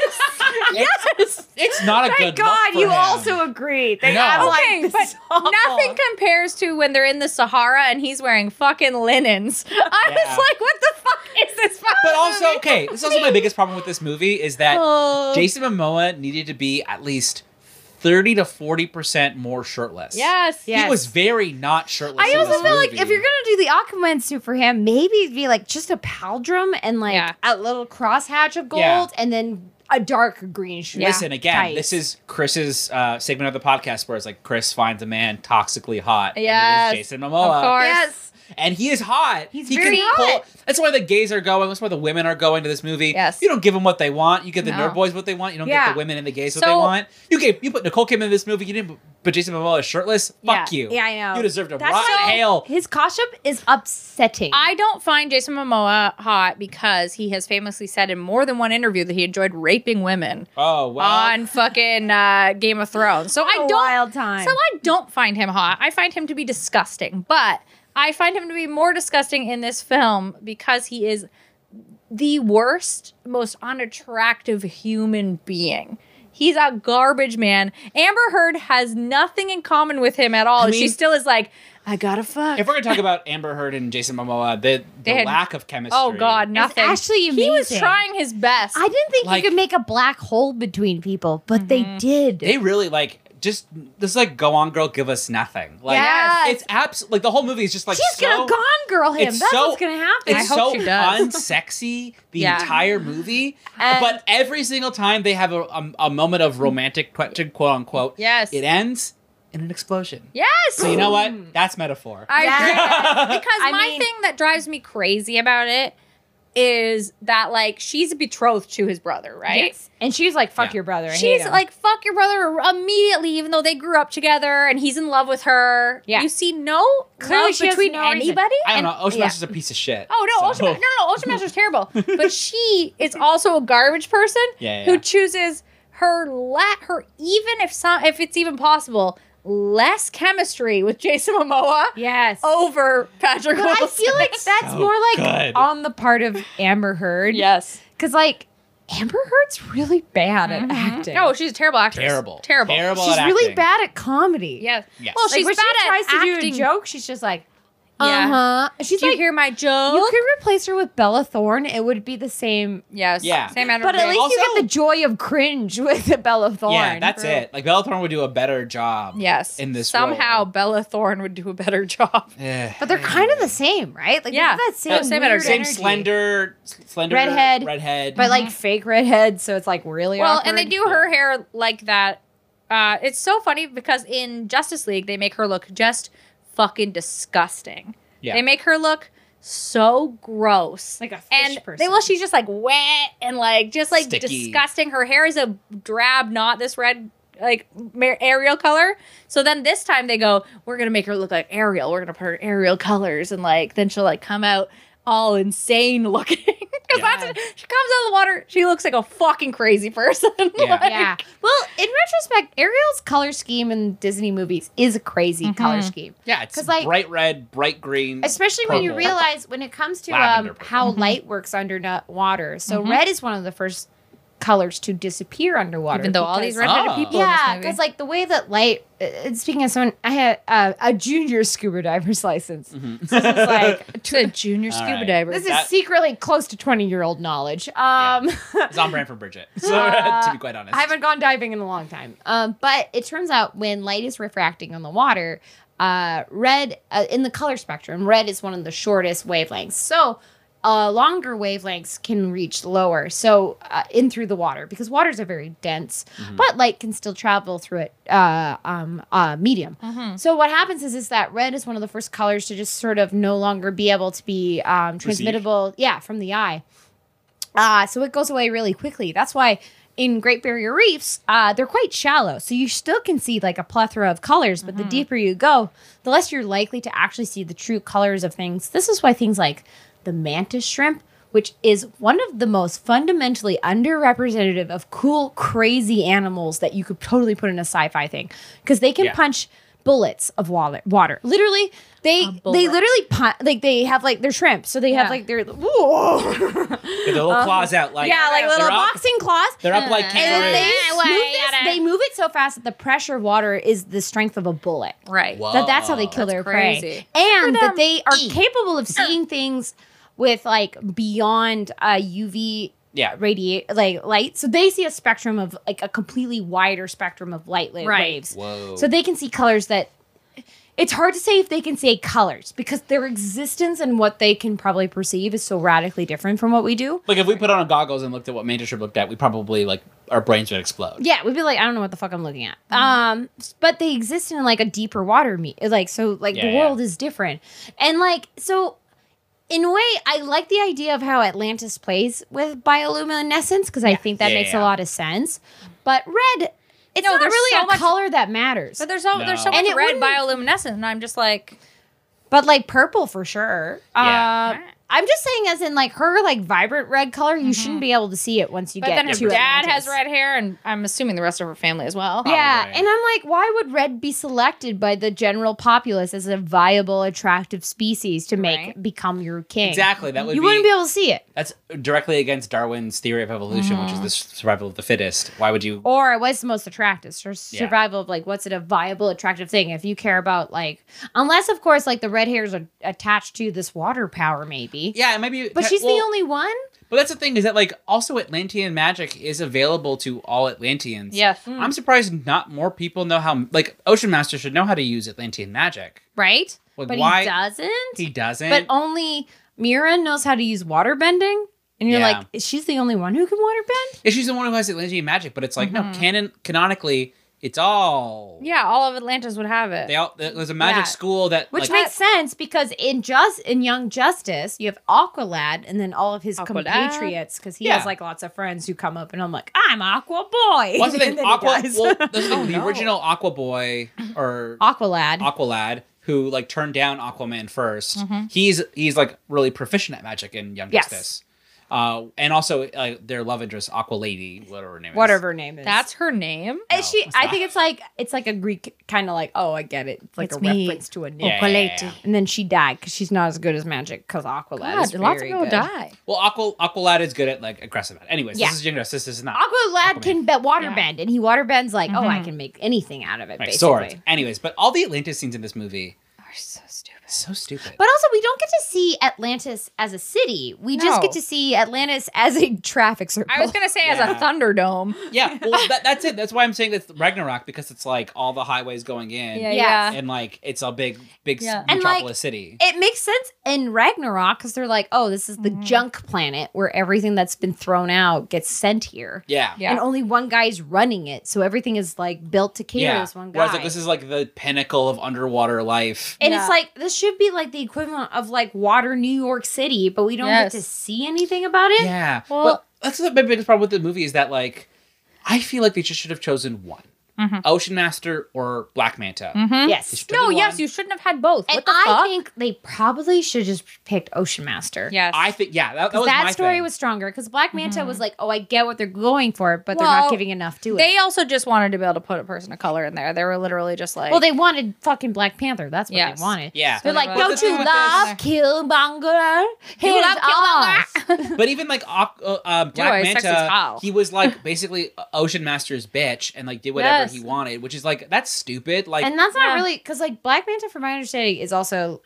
Speaker 3: yes.
Speaker 2: It's not a
Speaker 1: Thank
Speaker 2: good look
Speaker 1: God
Speaker 2: for
Speaker 1: you
Speaker 2: him.
Speaker 1: also agree. They,
Speaker 2: No.
Speaker 1: I'm like,
Speaker 3: Okay,
Speaker 1: this
Speaker 2: [LAUGHS]
Speaker 3: but
Speaker 1: is awful.
Speaker 3: [LAUGHS] Nothing compares to when they're in the Sahara and he's wearing fucking linens. [LAUGHS] I
Speaker 2: Yeah.
Speaker 3: was like, what the fuck is this fucking
Speaker 2: But also,
Speaker 3: movie?
Speaker 2: okay, this is also my biggest problem with this movie is that
Speaker 3: [LAUGHS] Oh.
Speaker 2: Jason Momoa needed to be at least thirty to forty percent more shirtless.
Speaker 3: Yes.
Speaker 1: Yeah.
Speaker 2: He was very not shirtless.
Speaker 1: I
Speaker 2: in
Speaker 1: also
Speaker 2: this
Speaker 1: feel like
Speaker 2: movie.
Speaker 1: if you're gonna do the Aquaman suit for him, maybe it'd be like just a paldrum and like
Speaker 3: Yeah.
Speaker 1: a little crosshatch of gold,
Speaker 2: Yeah.
Speaker 1: and then a dark green shoe.
Speaker 3: Yeah.
Speaker 2: Listen again.
Speaker 1: Tights.
Speaker 2: This is Chris's uh, segment of the podcast where it's like Chris finds a man toxically hot. and it is
Speaker 3: Yes.
Speaker 2: Jason Momoa.
Speaker 3: Of course.
Speaker 1: Yes,
Speaker 2: and he is hot.
Speaker 1: He's
Speaker 2: he
Speaker 1: very hot.
Speaker 2: That's why the gays are going. That's why the women are going to this movie.
Speaker 3: Yes.
Speaker 2: you don't give them what they want. You give the
Speaker 3: No.
Speaker 2: nerd boys what they want. You don't
Speaker 1: Yeah.
Speaker 2: give the women and the gays what
Speaker 3: So-
Speaker 2: they want. You gave you put Nicole Kidman in this movie. You didn't, but Jason Momoa is shirtless. Fuck
Speaker 3: Yeah.
Speaker 2: you.
Speaker 1: Yeah, I know.
Speaker 2: You deserved a
Speaker 1: That's
Speaker 2: rotten
Speaker 1: why-
Speaker 2: hail.
Speaker 1: his costume is upsetting.
Speaker 3: I don't find Jason Momoa hot because he has famously said in more than one interview that he enjoyed raping women
Speaker 2: Oh well.
Speaker 3: on fucking uh, Game of Thrones. So I
Speaker 1: a
Speaker 3: don't
Speaker 1: wild time.
Speaker 3: So I don't find him hot. I find him to be disgusting, but I find him to be more disgusting in this film because he is the worst, most unattractive human being. He's a garbage man. Amber Heard has nothing in common with him at all.
Speaker 2: I
Speaker 3: and she
Speaker 2: mean-
Speaker 3: still is like, I gotta fuck.
Speaker 2: if we're gonna talk about Amber Heard and Jason Momoa, the, the
Speaker 3: They had-
Speaker 2: lack of chemistry.
Speaker 3: oh God, nothing.
Speaker 1: actually
Speaker 3: he was
Speaker 1: amazing.
Speaker 3: trying his best.
Speaker 1: I didn't think
Speaker 2: Like- Mm-hmm.
Speaker 1: you could make a black hole between people, but they did.
Speaker 2: they really like just this. Like, go on, girl, give us nothing. Like,
Speaker 1: Yes.
Speaker 2: it's abs. Like the whole movie is just like
Speaker 1: She's
Speaker 2: so-
Speaker 1: gonna gone girl him.
Speaker 2: it's
Speaker 1: That's
Speaker 2: so-
Speaker 1: what's gonna happen.
Speaker 2: It's
Speaker 3: I hope
Speaker 2: so
Speaker 3: she does.
Speaker 2: unsexy the
Speaker 3: Yeah.
Speaker 2: entire movie,
Speaker 1: And-
Speaker 2: but every single time they have a, a, a moment of romantic que- quote unquote,
Speaker 3: Yes.
Speaker 2: it ends in an explosion.
Speaker 3: yes.
Speaker 2: So you know
Speaker 1: Mm.
Speaker 2: what? That's metaphor.
Speaker 3: I agree. because
Speaker 2: [LAUGHS]
Speaker 1: I
Speaker 3: my
Speaker 1: mean-
Speaker 3: thing that drives me crazy about it is that like she's betrothed to his brother, right?
Speaker 1: Yes. And she's like, "Fuck
Speaker 2: Yeah.
Speaker 1: your brother." I hate
Speaker 3: She's
Speaker 1: him.
Speaker 3: like, fuck your brother immediately, even though they grew up together and he's in love with her.
Speaker 1: Yeah.
Speaker 3: You see no
Speaker 1: Clearly
Speaker 3: love
Speaker 1: she has
Speaker 3: between
Speaker 1: no reason.
Speaker 3: anybody.
Speaker 2: I don't
Speaker 3: and-
Speaker 2: know. Ocean
Speaker 1: yeah.
Speaker 2: Master's a piece of shit.
Speaker 3: Oh no,
Speaker 2: so-
Speaker 3: Ultima, no, no, no, Ultimaster's terrible.
Speaker 2: [LAUGHS]
Speaker 3: But she is also a garbage person
Speaker 2: Yeah, yeah,
Speaker 3: who
Speaker 2: yeah.
Speaker 3: chooses her la- her even if some if it's even possible less chemistry with Jason Momoa
Speaker 1: yes.
Speaker 3: over
Speaker 1: [LAUGHS]
Speaker 3: Patrick.
Speaker 1: But I
Speaker 3: Wilson.
Speaker 1: feel like that's
Speaker 2: So
Speaker 1: more like
Speaker 2: good.
Speaker 1: on the part of Amber Heard.
Speaker 3: [LAUGHS] yes.
Speaker 1: Because, like, Amber Heard's really bad at acting.
Speaker 3: No, she's a terrible actress.
Speaker 2: Terrible.
Speaker 3: Terrible.
Speaker 2: Terrible
Speaker 1: she's
Speaker 2: at
Speaker 1: really
Speaker 2: acting.
Speaker 1: Mm-hmm. Oh, bad at comedy.
Speaker 3: Yes.
Speaker 2: Yes.
Speaker 3: Well,
Speaker 1: Like,
Speaker 3: she's
Speaker 1: when
Speaker 3: bad
Speaker 1: she
Speaker 3: at
Speaker 1: tries to
Speaker 3: acting.
Speaker 1: do a joke, she's just like,
Speaker 3: Yeah.
Speaker 1: uh huh. She's
Speaker 3: Do you
Speaker 1: like, you,
Speaker 3: hear my joke?
Speaker 1: could replace her with Bella Thorne. It would be the same.
Speaker 3: yes.
Speaker 2: Yeah.
Speaker 3: Same energy.
Speaker 1: But at least you
Speaker 2: Also-
Speaker 1: get the joy of cringe [LAUGHS] with Bella Thorne.
Speaker 2: Yeah, that's it. Like Bella Thorne would do a better job.
Speaker 3: yes.
Speaker 2: in this
Speaker 3: somehow
Speaker 2: role.
Speaker 3: Bella Thorne would do a better [LAUGHS] job.
Speaker 2: Eh.
Speaker 1: But they're kind of the same, right? Like, they
Speaker 3: Yeah.
Speaker 1: have that same, Mm-hmm.
Speaker 3: Yeah, same
Speaker 1: weird
Speaker 3: energy.
Speaker 2: same
Speaker 1: energy.
Speaker 2: slender, s- slender
Speaker 1: Redhead.
Speaker 2: redhead.
Speaker 1: But, like, fake redhead, so it's, like, really
Speaker 3: Well,
Speaker 1: awkward.
Speaker 3: and they do her hair like that. Uh, it's so funny because in Justice League they make her look just fucking disgusting.
Speaker 2: Yeah.
Speaker 3: They make her look so gross.
Speaker 1: Like a fish
Speaker 3: and
Speaker 1: person.
Speaker 3: they well she's just like wet and like just like
Speaker 2: Sticky.
Speaker 3: disgusting her hair is a drab not this red like ma- Ariel color so then this time they go we're gonna make her look like Ariel we're gonna put her Ariel colors and like then she'll like come out all insane [LAUGHS] looking 'Cause
Speaker 2: Yeah.
Speaker 3: that's what- she comes out of the water she looks like a fucking crazy person
Speaker 2: Yeah.
Speaker 3: [LAUGHS] Like,
Speaker 1: yeah. Well, in retrospect, Ariel's color scheme in Disney movies is a crazy
Speaker 3: Mm-hmm.
Speaker 1: color scheme,
Speaker 2: yeah, it's
Speaker 1: 'cause, like-
Speaker 2: bright red, bright green.
Speaker 1: especially when you
Speaker 2: Purple.
Speaker 1: realize when it comes to
Speaker 2: Lavender
Speaker 1: um,
Speaker 2: purple.
Speaker 3: Mm-hmm.
Speaker 1: how light works under nu- water. So red is one of the first colors to disappear underwater.
Speaker 3: even though all these
Speaker 1: because-
Speaker 3: redheaded
Speaker 2: Oh.
Speaker 3: people
Speaker 1: Yeah,
Speaker 3: in this
Speaker 1: because
Speaker 3: movie.
Speaker 1: like the way that light. uh, uh, Speaking as someone, I had uh, a junior scuba diver's license. So this
Speaker 3: [LAUGHS]
Speaker 1: is like
Speaker 3: to a junior
Speaker 2: All
Speaker 3: scuba
Speaker 2: right.
Speaker 3: diver
Speaker 1: this is
Speaker 2: Mm-hmm. That-
Speaker 1: secretly close to twenty year old knowledge. Um,
Speaker 2: it's on brand for Bridget. [LAUGHS] So
Speaker 1: Uh,
Speaker 2: to be quite honest,
Speaker 1: I haven't gone diving in a long time. Um, but it turns out when light is refracting on the water, uh, red uh, in the color spectrum, red is one of the shortest wavelengths. So uh, longer wavelengths can reach lower, so uh, in through the water because waters are very dense, but light can still travel through it. Uh, um, uh, medium. So what happens is is that red is one of the first colors to just sort of no longer be able to be um, transmittable. Yeah, from the eye. Uh, so it goes away really quickly. That's why in Great Barrier Reefs, uh, they're quite shallow. So you still can see like a plethora of colors,
Speaker 3: Mm-hmm.
Speaker 1: but the deeper you go, the less you're likely to actually see the true colors of things. This is why things like the mantis shrimp, which is one of the most fundamentally underrepresentative of cool, crazy animals that you could totally put in a sci fi thing, because they can
Speaker 2: Yeah.
Speaker 1: punch bullets of water. Water. Literally, they they
Speaker 3: bullet.
Speaker 1: literally pi- like they have like their shrimp, so they have
Speaker 3: Yeah.
Speaker 1: like [LAUGHS] their Whoa.
Speaker 2: Get their little claws out, like
Speaker 1: uh, yeah, like little
Speaker 2: they're up-
Speaker 1: boxing claws.
Speaker 2: They're up like
Speaker 1: And then
Speaker 2: kangaroos.
Speaker 1: they
Speaker 3: Why
Speaker 1: move this-
Speaker 3: gotta-
Speaker 1: they move it so fast that the pressure of water is the strength of a bullet.
Speaker 3: Right.
Speaker 2: Whoa.
Speaker 1: That that's how they kill
Speaker 2: That's
Speaker 1: their
Speaker 3: crazy.
Speaker 1: prey, and that
Speaker 3: them.
Speaker 1: they are capable
Speaker 3: [CLEARS THROAT]
Speaker 1: of seeing things with like beyond uh, UV
Speaker 2: Yeah.
Speaker 1: radiate like light. So they see a spectrum of like a completely wider spectrum of light li-
Speaker 3: Right.
Speaker 1: waves.
Speaker 2: Whoa.
Speaker 1: So they can see colors that it's hard to say if they can see colors because their existence and what they can probably perceive is so radically different from what we do.
Speaker 2: like if we put on our goggles and looked at what Mantis Shrimp looked at, we probably like our brains would explode.
Speaker 1: Yeah, we'd be like, I don't know what the fuck I'm looking at. Um, s- but they exist in like a deeper water, me- like so, like
Speaker 2: Yeah,
Speaker 1: the
Speaker 2: yeah.
Speaker 1: world is different, and like so. In a way, I like the idea of how Atlantis plays with bioluminescence because I think that
Speaker 2: Yeah,
Speaker 1: makes a
Speaker 2: yeah.
Speaker 1: lot of sense. But red, it's
Speaker 3: No,
Speaker 1: not
Speaker 3: there's
Speaker 1: really
Speaker 3: so
Speaker 1: a
Speaker 3: much-
Speaker 1: color that matters.
Speaker 3: But
Speaker 1: But,
Speaker 3: there's so there's so
Speaker 2: No.
Speaker 3: much
Speaker 1: And it
Speaker 3: red
Speaker 1: wouldn't-
Speaker 3: bioluminescence, and I'm just like,
Speaker 1: like purple for sure.
Speaker 2: Yeah.
Speaker 1: Uh, I'm just saying, as in like her like vibrant red color, you shouldn't be able to see it once you
Speaker 3: Mm-hmm.
Speaker 1: get.
Speaker 3: but then her
Speaker 1: to
Speaker 3: dad
Speaker 1: Atlantis.
Speaker 3: has red hair, and I'm assuming the rest of her family as well.
Speaker 1: Yeah,
Speaker 2: Probably.
Speaker 1: and I'm like, why would red be selected by the general populace as a viable, attractive species to make
Speaker 3: Right.
Speaker 1: become your king?
Speaker 2: Exactly. That would
Speaker 1: you
Speaker 2: be,
Speaker 1: wouldn't be able to see it,
Speaker 2: that's directly against Darwin's theory of evolution, which is the
Speaker 1: Mm.
Speaker 2: survival of the fittest. Why would you
Speaker 1: or it was the most attractive sur-
Speaker 2: Yeah.
Speaker 1: survival of like, what's it a viable, attractive thing? If you care about like, unless of course like the red hairs are attached to this water power, maybe.
Speaker 2: Yeah, and maybe
Speaker 1: But
Speaker 2: te-
Speaker 1: she's
Speaker 2: well,
Speaker 1: the only one.
Speaker 2: But that's the thing is that like also Atlantean magic is available to all Atlanteans.
Speaker 3: Yes.
Speaker 1: Mm.
Speaker 2: I'm surprised not more people know how like Ocean Master should know how to use Atlantean magic.
Speaker 1: Right.
Speaker 2: Like,
Speaker 1: but
Speaker 2: why-
Speaker 1: he doesn't.
Speaker 2: He doesn't.
Speaker 1: but only Mira knows how to use water bending. And you're
Speaker 2: Yeah.
Speaker 1: like, she's the only one who can water bend?
Speaker 2: And she's the one who has Atlantean magic, but it's like
Speaker 1: Mm-hmm.
Speaker 2: no, canon canonically, it's all
Speaker 3: Yeah, all of Atlantis would have it.
Speaker 2: They all there was a magic
Speaker 1: Yeah.
Speaker 2: school that
Speaker 1: Which
Speaker 2: like,
Speaker 1: makes sense because in just in Young Justice, you have Aqualad and then all of his
Speaker 3: Aqualad.
Speaker 1: compatriots because he
Speaker 2: Yeah.
Speaker 1: has like lots of friends who come up and I'm like, I'm Aqua Boy. [LAUGHS]
Speaker 2: What's the
Speaker 1: And
Speaker 2: thing?
Speaker 1: then he
Speaker 2: Aqua.
Speaker 1: dies.
Speaker 2: Well, that's the,
Speaker 1: Oh,
Speaker 2: thing, the
Speaker 3: Oh, no.
Speaker 2: original Aqua Boy
Speaker 1: [LAUGHS]
Speaker 2: or
Speaker 1: Aqualad.
Speaker 2: Aqualad, who like turned down Aquaman 1st He's he's like really proficient at magic in Young
Speaker 1: Mm-hmm. Yes.
Speaker 2: Justice, uh, and also uh, their love interest, Aqua Lady, whatever her name is.
Speaker 1: whatever her name is.
Speaker 3: That's her name.
Speaker 1: And
Speaker 2: No,
Speaker 1: she
Speaker 2: it's
Speaker 1: I
Speaker 2: not.
Speaker 1: think it's like it's like a Greek kind of like, oh, I get it. It's like
Speaker 3: It's
Speaker 1: a
Speaker 3: me.
Speaker 1: reference to a name.
Speaker 2: Yeah, yeah, yeah, yeah.
Speaker 1: And then she died because she's not as good as magic because Aqualad is
Speaker 3: God,
Speaker 1: very
Speaker 3: lots of people
Speaker 1: good.
Speaker 3: die.
Speaker 2: Well, Aqua Aqualad is good at like aggressive. At anyways,
Speaker 1: Yeah.
Speaker 2: this is Young Justice. This is not
Speaker 1: Aqualad
Speaker 2: Aquaman.
Speaker 1: can bet water
Speaker 3: Yeah. Mm-hmm.
Speaker 1: bend, and he water bends like, oh, I can make anything out of it,
Speaker 2: like
Speaker 1: basically.
Speaker 2: swords. Anyways, but all the Atlantis scenes in this movie
Speaker 3: Are so stupid.
Speaker 2: so stupid.
Speaker 1: But also, we don't get to see Atlantis as a city. We just get
Speaker 3: No.
Speaker 1: to see Atlantis as a [LAUGHS] traffic circle.
Speaker 3: I was gonna say
Speaker 2: Yeah.
Speaker 3: as a Thunderdome.
Speaker 1: [LAUGHS]
Speaker 2: yeah, well, that, that's it. That's why I'm saying that's Ragnarok because it's like all the highways going in.
Speaker 3: Yeah,
Speaker 1: Yes.
Speaker 3: yeah.
Speaker 2: and like it's a big big s-
Speaker 3: Yeah.
Speaker 1: And, like,
Speaker 2: metropolis city
Speaker 1: it makes sense in Ragnarok because they're like, oh, this is the
Speaker 3: Mm-hmm.
Speaker 1: junk planet where everything that's been thrown out gets sent here.
Speaker 2: yeah
Speaker 3: Yeah.
Speaker 1: And only one guy's running it. So everything is like built to cater to this one guy.
Speaker 2: Whereas, like, this is like the pinnacle of underwater life
Speaker 1: and
Speaker 3: Yeah.
Speaker 1: it's like, this should be like the equivalent of like water New York City, but we don't
Speaker 3: Yes.
Speaker 1: get to see anything about it.
Speaker 2: yeah
Speaker 3: Well-
Speaker 2: well that's the my biggest problem with the movie is that like i feel like they just should have chosen one
Speaker 1: Mm-hmm.
Speaker 2: ocean master or black manta
Speaker 1: Yes.
Speaker 2: Just
Speaker 3: No,
Speaker 2: pick
Speaker 3: yes,
Speaker 2: one.
Speaker 3: you shouldn't have had both.
Speaker 1: And
Speaker 3: what the
Speaker 1: I
Speaker 3: fuck?
Speaker 1: think they probably should just picked Ocean Master.
Speaker 3: yes,
Speaker 2: i think yeah that, that was
Speaker 1: that
Speaker 2: my
Speaker 1: story
Speaker 2: thing.
Speaker 1: was stronger because Black Manta was like, "Oh, I get what they're going for, but they're
Speaker 3: Mm-hmm. Well,
Speaker 1: not giving enough to it."
Speaker 3: They also just wanted to be able to put a person of color in there. They were literally just like,
Speaker 1: Well, they wanted fucking Black Panther. That's what
Speaker 3: Yes.
Speaker 1: they wanted.
Speaker 2: yeah
Speaker 1: They're like,
Speaker 3: But the
Speaker 1: "Don't
Speaker 2: thing
Speaker 1: you
Speaker 2: with
Speaker 1: love
Speaker 3: uh,
Speaker 1: Killmonger? He
Speaker 3: Kill up, kill
Speaker 1: [LAUGHS]
Speaker 3: up, [LAUGHS]
Speaker 2: but even like Aqu- uh, uh, black
Speaker 3: it, sexist
Speaker 2: manta
Speaker 3: how.
Speaker 2: he was
Speaker 1: [LAUGHS]
Speaker 2: like basically uh, ocean master's bitch and like did whatever
Speaker 3: Yes.
Speaker 2: he wanted which is like that's stupid like
Speaker 1: And that's not
Speaker 3: Yeah.
Speaker 1: really because, like, Black Manta, from my understanding, is also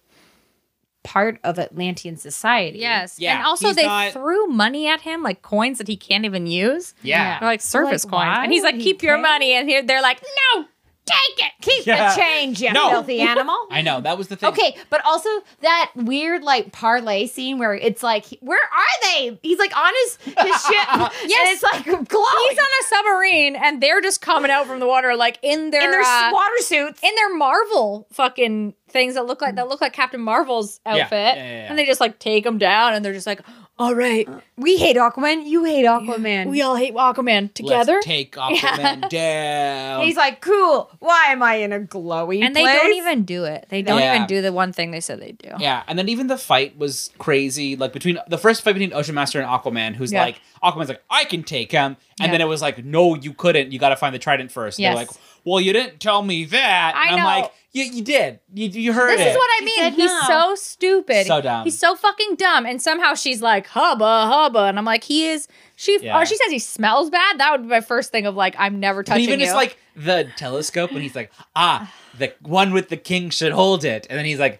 Speaker 1: part of Atlantean society.
Speaker 3: yes,
Speaker 2: Yeah,
Speaker 3: and also
Speaker 2: he's
Speaker 3: they
Speaker 2: not-
Speaker 3: threw money at him like coins that he can't even use.
Speaker 2: yeah.
Speaker 3: They're like surface
Speaker 1: Like,
Speaker 3: coins,
Speaker 1: why
Speaker 3: and he's like,
Speaker 1: would he
Speaker 3: "Keep your
Speaker 1: care?
Speaker 3: money." And here they're like, "No."
Speaker 1: take it, keep
Speaker 2: Yeah.
Speaker 1: the change, you
Speaker 2: No.
Speaker 1: filthy animal.
Speaker 2: [LAUGHS] i know that was the thing
Speaker 1: Okay, but also that weird like parlay scene where it's like, where are they? He's like on his, his ship. [LAUGHS] yes. And it's like glowing
Speaker 3: He's on a submarine, and they're just coming out from the water like in their
Speaker 1: in their
Speaker 3: uh,
Speaker 1: water suits.
Speaker 3: in their Marvel fucking things that look like that look like Captain Marvel's outfit,
Speaker 2: Yeah, yeah, yeah.
Speaker 3: and they just like take them down, and they're just like, "All right,
Speaker 1: We hate Aquaman. You hate Aquaman.
Speaker 3: we all hate Aquaman
Speaker 2: Let's
Speaker 3: together."
Speaker 2: take
Speaker 3: [LAUGHS]
Speaker 2: Aquaman down.
Speaker 1: He's like, cool. Why am I in a glowy
Speaker 3: and they
Speaker 1: place?
Speaker 3: don't even do it. They don't
Speaker 2: Yeah.
Speaker 3: even do the one thing they said they do.
Speaker 2: Yeah, and then even the fight was crazy. Like between the first fight between Ocean Master and Aquaman, who's
Speaker 3: Yeah.
Speaker 2: like Aquaman's like I can take him, and
Speaker 3: Yeah.
Speaker 2: then it was like no, you couldn't. You got to find the trident first. And
Speaker 3: Yes.
Speaker 2: They're like, well, you didn't tell me that.
Speaker 3: I
Speaker 2: and I'm
Speaker 3: know.
Speaker 2: like, You, you did. You, you heard
Speaker 3: This
Speaker 2: it.
Speaker 3: is what I mean.
Speaker 1: said
Speaker 3: He's
Speaker 1: no.
Speaker 3: so stupid.
Speaker 2: So dumb.
Speaker 3: He's so fucking dumb. And somehow she's like, hubba, hubba. And I'm like, he is. She
Speaker 2: Yeah.
Speaker 3: or she says he smells bad. That would be my first thing of like, I'm never
Speaker 2: but
Speaker 3: touching
Speaker 2: even
Speaker 3: you.
Speaker 2: it's like the telescope when he's like, ah, the one with the king should hold it, and then he's like,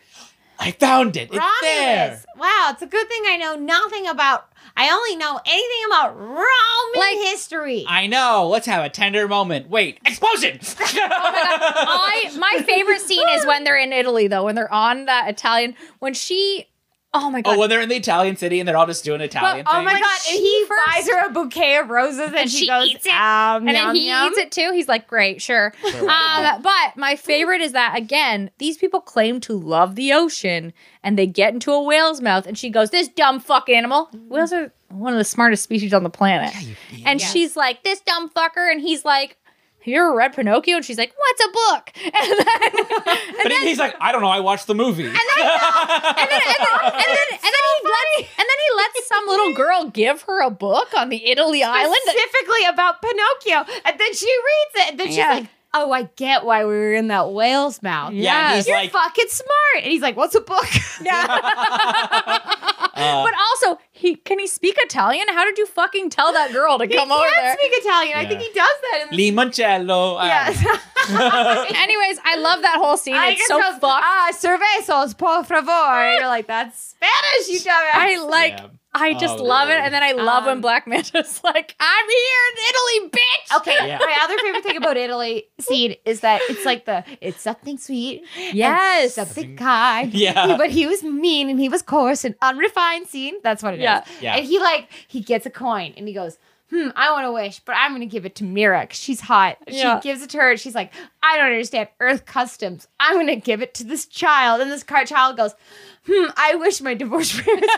Speaker 2: I found it. It's there.
Speaker 1: Romulus. Wow, it's a good thing I know nothing about. I only know anything about Roman
Speaker 3: Like-
Speaker 1: history.
Speaker 2: I know. Let's have a tender moment. Wait, explosion. [LAUGHS]
Speaker 3: I my favorite scene is when they're in Italy though, when they're on that Italian when she oh my god
Speaker 2: oh, when they're in the Italian city and they're all just doing Italian
Speaker 3: But- oh
Speaker 2: things.
Speaker 1: oh my
Speaker 3: When
Speaker 1: god! And
Speaker 3: she
Speaker 1: he
Speaker 3: first-
Speaker 1: buys her a bouquet of roses, and,
Speaker 3: And
Speaker 1: she,
Speaker 3: she
Speaker 1: goes,
Speaker 3: eats it.
Speaker 1: Um,
Speaker 3: and
Speaker 1: yum,
Speaker 3: then he
Speaker 1: yum.
Speaker 3: eats it too. He's like, great, sure.
Speaker 2: Sure.
Speaker 3: Um, but my favorite is that again, these people claim to love the ocean, and they get into a whale's mouth, and she goes, "This dumb fuck animal." Whales are one of the smartest species on the planet, and
Speaker 1: Yes.
Speaker 3: she's like, "This dumb fucker," and he's like, "You're a red Pinocchio," and she's like, "What's a book?" [LAUGHS] And then, and
Speaker 2: But
Speaker 3: then, uh,
Speaker 2: he's like, I don't know. I watched the movie. [LAUGHS]
Speaker 3: and then, and then, and then, and then he lets, and then he lets some little
Speaker 1: [LAUGHS]
Speaker 3: girl give her a book on the Italy island.
Speaker 1: specifically about Pinocchio, and then she reads it, and then she's
Speaker 3: Yeah.
Speaker 1: like, "Oh, I get why we were in that whale's mouth.
Speaker 2: yeah, and he's
Speaker 1: You're
Speaker 2: like,
Speaker 1: fucking smart." And he's like, "What's a
Speaker 3: [LAUGHS]
Speaker 1: book?"
Speaker 2: Uh,
Speaker 3: but also, he can he speak Italian? How did you fucking tell that girl to
Speaker 1: [LAUGHS] he
Speaker 3: come over
Speaker 1: can't
Speaker 3: there?
Speaker 1: speak [LAUGHS] Italian. I think
Speaker 2: Yeah.
Speaker 1: he does that in the [LAUGHS]
Speaker 2: limoncello.
Speaker 3: [LAUGHS]
Speaker 2: Um, I don't know.
Speaker 1: Yes.
Speaker 2: [LAUGHS]
Speaker 3: Anyways, I love that whole scene.
Speaker 1: I
Speaker 3: It's so
Speaker 1: goes,
Speaker 3: fucked.
Speaker 1: Ah, cervezos, por favor. And you're like, that's Spanish,
Speaker 3: [LAUGHS]
Speaker 1: you dumbass.
Speaker 3: I [LAUGHS] like.
Speaker 2: Yeah.
Speaker 3: I just
Speaker 2: Oh,
Speaker 3: love it,
Speaker 2: Lord.
Speaker 3: and then I love when
Speaker 1: Um,
Speaker 3: Black [LAUGHS] Manta's like, "I'm here in Italy, bitch."
Speaker 1: Okay,
Speaker 2: Yeah.
Speaker 1: my other favorite thing about Italy seed is that it's like the it's something sweet, and
Speaker 3: Yes.
Speaker 1: something kind.
Speaker 2: Yeah.
Speaker 1: but he was mean and he was coarse and unrefined. Scene, that's what it is.
Speaker 3: Yeah.
Speaker 2: Yeah.
Speaker 1: and he like he gets a coin and he goes. Hmm, I want to wish, but I'm going to give it to Mira. 'cause She's hot.
Speaker 3: Yeah.
Speaker 1: She gives it to her. And she's like, I don't understand Earth customs. I'm going to give it to this child. And this car child goes, Hmm, I wish my [LAUGHS] divorced parents were
Speaker 3: [LAUGHS]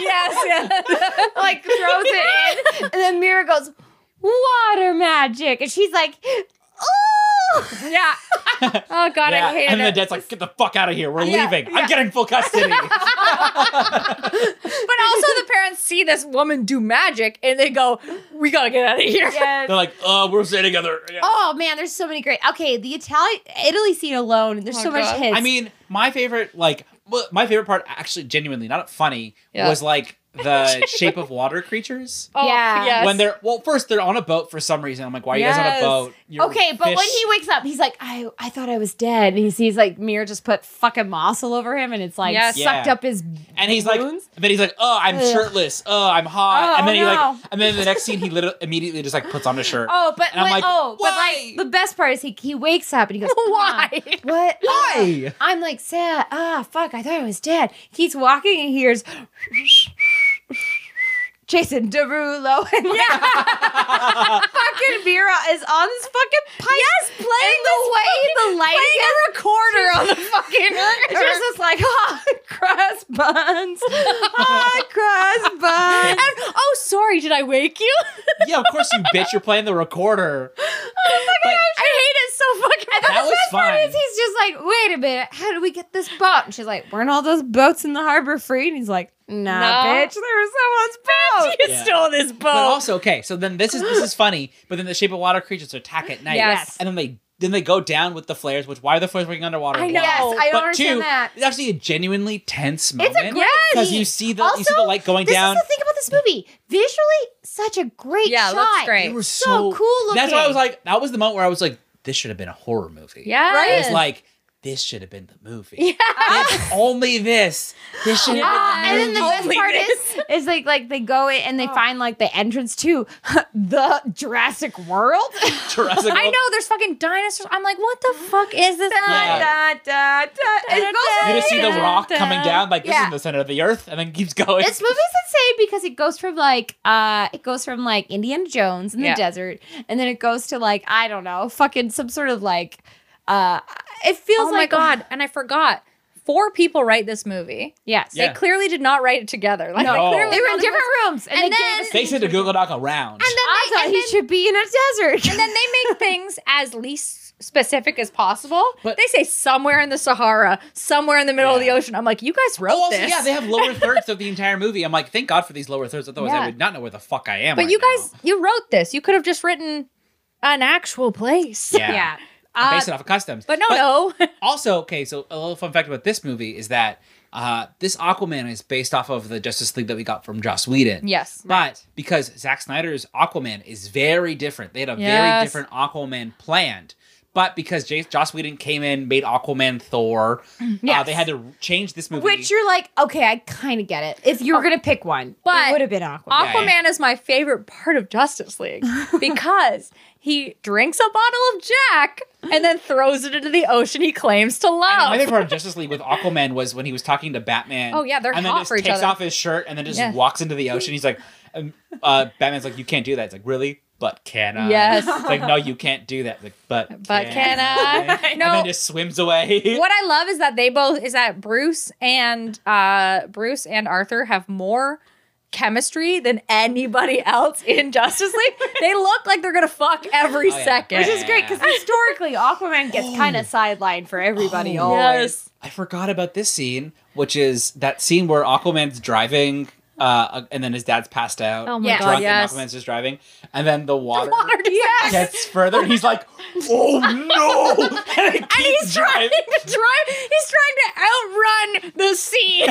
Speaker 1: [LAUGHS]
Speaker 3: yes, yes.
Speaker 1: like throws it in, and then Mira goes, "Water magic," and she's like, "Ooh!"
Speaker 3: yeah. [LAUGHS] Oh god,
Speaker 2: Yeah.
Speaker 3: I hated
Speaker 2: and then
Speaker 3: it.
Speaker 2: the dad's like, get the fuck out of here. We're
Speaker 3: Yeah,
Speaker 2: leaving.
Speaker 3: yeah.
Speaker 2: I'm getting full
Speaker 3: [LAUGHS]
Speaker 2: custody.
Speaker 3: But also, the parents see this woman do magic, and they go, "We gotta get out of here."
Speaker 1: Yes.
Speaker 2: They're like, oh, we're staying together. Yeah.
Speaker 1: Oh man, there's so many great. Okay, the Italian Italy scene alone, there's
Speaker 3: Oh,
Speaker 1: so much
Speaker 3: God.
Speaker 1: hits.
Speaker 2: I mean, my favorite, like, well, my favorite part, actually, genuinely, not funny,
Speaker 3: Yeah.
Speaker 2: was
Speaker 3: [LAUGHS]
Speaker 2: like the shape of water creatures.
Speaker 3: [LAUGHS] Oh,
Speaker 1: Yeah.
Speaker 3: yes.
Speaker 2: When they're, well, first, they're on a boat for some reason. I'm like, why are you guys on
Speaker 3: Yes.
Speaker 2: a boat? You're
Speaker 1: okay, but when
Speaker 2: fish."
Speaker 1: he wakes up, he's like, "I I thought I was dead," and he sees like Mira just put fucking moss all over him, and it's like
Speaker 3: Yes.
Speaker 1: sucked
Speaker 2: Yeah.
Speaker 1: up his.
Speaker 2: And he's like,
Speaker 1: Wounds?
Speaker 2: then he's like, oh, I'm
Speaker 1: Ugh.
Speaker 2: shirtless. Oh, I'm hot.
Speaker 1: Oh,
Speaker 2: and then he
Speaker 1: no.
Speaker 2: like, and then the next scene, he lit- immediately just like puts on a shirt.
Speaker 1: Oh, but
Speaker 2: And I'm
Speaker 1: when-
Speaker 2: like,
Speaker 1: oh,
Speaker 2: "Why?"
Speaker 1: but like the best part is he he wakes up and he goes,
Speaker 3: why?
Speaker 1: "Huh, What?
Speaker 2: Why?
Speaker 1: I'm like sad. Ah, fuck! I thought I was dead. Keeps walking and hears Jason Derulo and like, [LAUGHS] fucking Vera is on this fucking pipe. Yes, playing the way the lighting
Speaker 3: playing a recorder on
Speaker 1: [LAUGHS]
Speaker 3: the fucking.
Speaker 1: is just this, like [LAUGHS] hot cross buns, [LAUGHS] hot cross buns.
Speaker 3: And- oh, sorry, did I wake you? [LAUGHS]
Speaker 2: yeah, of course you bitch. You're playing the recorder. But
Speaker 3: I hate it so fucking. I
Speaker 2: that was
Speaker 1: Part
Speaker 2: fun.
Speaker 1: is he's just like, wait a minute, how do we get this boat? And she's like, weren't all those boats in the harbor free? And he's like, nah,
Speaker 3: No.
Speaker 1: bitch, they were someone's boat.
Speaker 3: you
Speaker 2: Yeah.
Speaker 3: stole this boat.
Speaker 1: Oh.
Speaker 2: But also, okay, so then this is this is funny. But then the shape of water creatures attack at night,
Speaker 3: Yes.
Speaker 2: and then they then they go down with the flares. Which why are the flares working underwater?
Speaker 3: I
Speaker 2: Why?
Speaker 3: know.
Speaker 1: Yes,
Speaker 3: Oh,
Speaker 1: I don't
Speaker 2: But
Speaker 1: understand
Speaker 2: two,
Speaker 1: that.
Speaker 2: it's actually a genuinely tense moment.
Speaker 1: It's a great
Speaker 2: because
Speaker 1: scene.
Speaker 2: you see the you see the
Speaker 1: Also,
Speaker 2: light going
Speaker 1: This
Speaker 2: down.
Speaker 1: is the thing about this movie. Visually, such a great
Speaker 3: Yeah, it
Speaker 1: shot.
Speaker 3: looks great.
Speaker 2: They were
Speaker 1: so
Speaker 2: so
Speaker 1: cool
Speaker 2: That's why I
Speaker 1: looking.
Speaker 2: was like, that was the moment where I was like, this should have been a horror movie.
Speaker 3: yeah,
Speaker 2: I
Speaker 1: Right?
Speaker 2: was like, this should have been the movie. It's only this. This should have
Speaker 1: Ah,
Speaker 2: been
Speaker 1: and
Speaker 2: the
Speaker 1: then
Speaker 2: movie.
Speaker 1: the best part is, is like like they go in
Speaker 2: Oh.
Speaker 1: and they find like the entrance to [LAUGHS] the Jurassic World. [LAUGHS]
Speaker 2: [LAUGHS] Jurassic
Speaker 3: I
Speaker 2: World.
Speaker 3: know there's fucking dinosaurs. I'm like, what the fuck is this?
Speaker 2: Yeah.
Speaker 1: It goes
Speaker 2: You just see the
Speaker 3: Da,
Speaker 2: rock
Speaker 3: da.
Speaker 2: coming down, like this
Speaker 1: Yeah.
Speaker 2: is the center of the earth, and then keeps going.
Speaker 1: this movie's insane because it goes from like uh it goes from like Indiana Jones in
Speaker 3: Yeah.
Speaker 1: the desert and then it goes to like I don't know fucking some sort of like uh it feels
Speaker 3: Oh my
Speaker 1: like
Speaker 3: god! And I forgot. Four people write this movie.
Speaker 1: yes
Speaker 2: Yeah.
Speaker 3: They clearly did not write it together. Like
Speaker 2: No.
Speaker 3: they clearly
Speaker 1: they were in
Speaker 3: found it
Speaker 1: different
Speaker 3: was-
Speaker 1: rooms and,
Speaker 3: And
Speaker 1: they
Speaker 3: then-
Speaker 1: gave us
Speaker 2: [LAUGHS] They said the Google Doc around.
Speaker 1: and then I
Speaker 3: I
Speaker 1: thought
Speaker 3: and
Speaker 1: he
Speaker 3: then-
Speaker 1: should be in a desert
Speaker 3: And then they make things as least specific as possible.
Speaker 2: But-
Speaker 3: they say somewhere in the Sahara, somewhere in the middle of the
Speaker 2: Yeah.
Speaker 3: ocean. I'm like, you guys wrote
Speaker 2: Oh, also,
Speaker 3: this.
Speaker 2: yeah, they have lower thirds of the entire movie. I'm like, thank God for these lower thirds, otherwise
Speaker 3: Yeah.
Speaker 2: I would not know where the fuck I am.
Speaker 3: but
Speaker 2: right
Speaker 3: you
Speaker 2: now.
Speaker 3: guys, you wrote this. You could have just written an actual
Speaker 2: [LAUGHS]
Speaker 3: place.
Speaker 2: yeah.
Speaker 1: yeah
Speaker 2: and base
Speaker 3: Uh,
Speaker 2: it off of customs.
Speaker 3: But no,
Speaker 2: [LAUGHS]
Speaker 3: no.
Speaker 2: Also, okay, so a little fun fact about this movie is that uh, this Aquaman is based off of the Justice League that we got from Joss Whedon.
Speaker 3: yes.
Speaker 2: But because Zack Snyder's Aquaman is very different, they had a very
Speaker 3: Yes.
Speaker 2: different Aquaman planned. But because J- Joss Whedon came in, made Aquaman Thor, [CLEARS THROAT] yeah,
Speaker 1: Yes.
Speaker 2: they had to change this movie.
Speaker 1: Which you're like, okay, I kind of get it. If you were gonna pick one,
Speaker 3: But-
Speaker 1: it would have been awkward.
Speaker 2: Yeah,
Speaker 3: Aquaman
Speaker 2: yeah.
Speaker 3: is my favorite part of Justice League because he drinks a bottle of Jack and then throws it into the ocean he claims to love.
Speaker 2: My favorite part of Justice League with Aquaman was when he was talking to Batman.
Speaker 3: Oh, yeah, they're
Speaker 2: and then
Speaker 3: hot
Speaker 2: just
Speaker 3: for each
Speaker 2: takes
Speaker 3: other.
Speaker 2: off his shirt and then just
Speaker 3: Yeah.
Speaker 2: walks into the ocean. He's like, um, uh, Batman's like, you can't do that. It's like, really? But can I?
Speaker 3: Yes.
Speaker 2: It's like, no, you can't do that. Like, but
Speaker 3: But can [LAUGHS] I?
Speaker 2: And
Speaker 3: No.
Speaker 2: then just swims away.
Speaker 3: what I love is that they both is that Bruce and uh Bruce and Arthur have more chemistry than anybody else in Justice League. they look like they're gonna fuck every
Speaker 2: Oh, yeah.
Speaker 3: second.
Speaker 1: Which is great [LAUGHS] because historically, Aquaman gets kind of sidelined for everybody.
Speaker 2: Oh.
Speaker 1: always.
Speaker 3: Yes.
Speaker 2: [LAUGHS] I forgot about this scene, which is that scene where Aquaman's driving, uh, and then his dad's passed out.
Speaker 3: Oh my
Speaker 2: he's
Speaker 3: God,
Speaker 2: drunk,
Speaker 3: yes.
Speaker 2: And Aquaman's just driving, and then the water.
Speaker 3: Water [LAUGHS] yes.
Speaker 2: Gets further, and he's like, "Oh no!" [LAUGHS] And, it keeps
Speaker 3: He's trying to drive. He's trying to outrun the sea.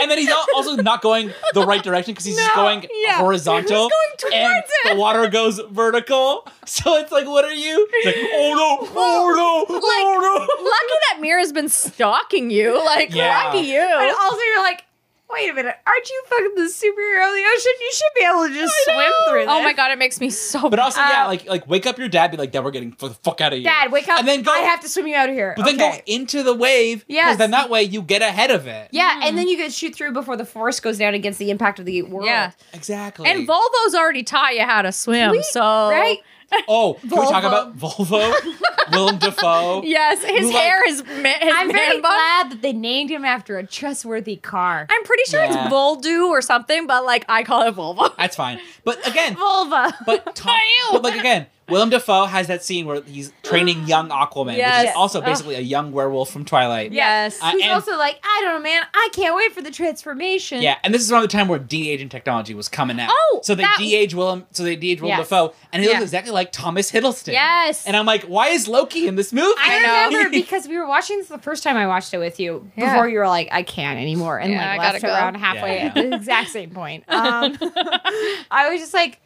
Speaker 2: and then he's al- also not going the right direction because he's just
Speaker 3: No,
Speaker 2: going
Speaker 3: yeah.
Speaker 2: horizontal.
Speaker 3: He's going
Speaker 2: and
Speaker 3: towards it.
Speaker 2: the water goes vertical. So it's like, what are you? It's like, oh no, oh no, oh no.
Speaker 3: Lucky that Mira's been stalking you. Like,
Speaker 2: Yeah.
Speaker 3: lucky you.
Speaker 1: And also, you're like, wait a minute, aren't you fucking the superhero of the ocean? You should be able to just swim through this.
Speaker 3: oh my god, it makes me so.
Speaker 2: But also, yeah,
Speaker 1: Uh,
Speaker 2: like like wake up your dad, be like, Dad, we're getting f- the fuck out of here.
Speaker 1: Dad, wake up.
Speaker 2: And then go,
Speaker 1: I have to swim you out of here.
Speaker 2: but then
Speaker 1: okay.
Speaker 2: go into the wave.
Speaker 1: Yes.
Speaker 2: then that way you get ahead of it.
Speaker 1: Yeah, and then you get shoot through before the force goes down against the impact of the world.
Speaker 3: Yeah.
Speaker 2: Exactly.
Speaker 3: and Volvo's already taught you how to swim. so
Speaker 1: Right?
Speaker 2: oh, can we talk
Speaker 1: Volvo.
Speaker 2: about Volvo?
Speaker 1: [LAUGHS]
Speaker 2: Willem Dafoe.
Speaker 3: Yes, his
Speaker 2: Like-
Speaker 3: hair is ma- his
Speaker 1: I'm very
Speaker 3: man bun.
Speaker 1: glad that they named him after a trustworthy car.
Speaker 3: I'm pretty sure it's
Speaker 2: Yeah.
Speaker 3: Voldu or something, but like I call it Volvo.
Speaker 2: That's fine. But
Speaker 1: [LAUGHS]
Speaker 2: again,
Speaker 1: Volvo.
Speaker 3: [LAUGHS]
Speaker 2: But Tom, but like again, Willem Dafoe has that scene where he's training young Aquaman, which
Speaker 3: Yes.
Speaker 2: is also
Speaker 3: Ugh.
Speaker 2: basically a young werewolf from Twilight.
Speaker 3: Yes.
Speaker 2: Uh,
Speaker 1: Who's
Speaker 2: and-
Speaker 1: also like, I don't know, man. I can't wait for the transformation.
Speaker 2: Yeah, and this is around the time where de-aging technology was coming out.
Speaker 3: Oh,
Speaker 2: so they
Speaker 3: that-
Speaker 2: de-age Willem, so they de-age Willem
Speaker 1: Yes.
Speaker 2: Dafoe, and he looks
Speaker 3: Yeah.
Speaker 2: exactly like Thomas Hiddleston.
Speaker 1: Yes.
Speaker 2: and I'm like, why is Loki in this movie?
Speaker 1: I,
Speaker 2: [LAUGHS]
Speaker 3: know. [LAUGHS]
Speaker 1: remember because we were watching this the first time I watched it with you
Speaker 3: Yeah.
Speaker 1: before you were like, I can't anymore. And
Speaker 3: Yeah, I
Speaker 1: like
Speaker 3: gotta
Speaker 1: left
Speaker 3: go.
Speaker 1: around halfway
Speaker 2: Yeah.
Speaker 1: at the exact same
Speaker 3: [LAUGHS]
Speaker 1: point. Um, [LAUGHS] I was just like,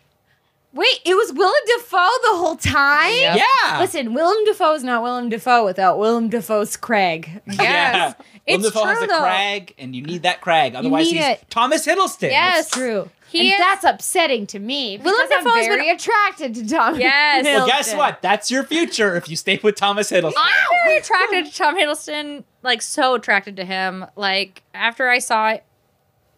Speaker 1: wait, it was Willem Dafoe the whole time?
Speaker 3: Yep.
Speaker 2: Yeah.
Speaker 1: Listen, Willem Dafoe is not Willem Dafoe without Willem Dafoe's Craig.
Speaker 3: Yes.
Speaker 2: Yeah.
Speaker 3: It's
Speaker 2: Willem Dafoe has
Speaker 3: true,
Speaker 2: a
Speaker 3: though.
Speaker 2: crag, and you need that crag. Otherwise,
Speaker 1: need
Speaker 2: he's
Speaker 1: it.
Speaker 2: Thomas Hiddleston.
Speaker 3: [LAUGHS] Yes.
Speaker 1: That's true.
Speaker 3: He
Speaker 1: and
Speaker 3: is-
Speaker 1: that's upsetting to me because
Speaker 3: Willem Dafoe
Speaker 1: I'm
Speaker 3: has been-
Speaker 1: very attracted to Tom.
Speaker 3: Yes.
Speaker 2: Well, guess
Speaker 1: Hiddleston.
Speaker 2: what? That's your future if you stay with Thomas Hiddleston.
Speaker 3: I'm very attracted to Tom Hiddleston, like so attracted to him. Like after I saw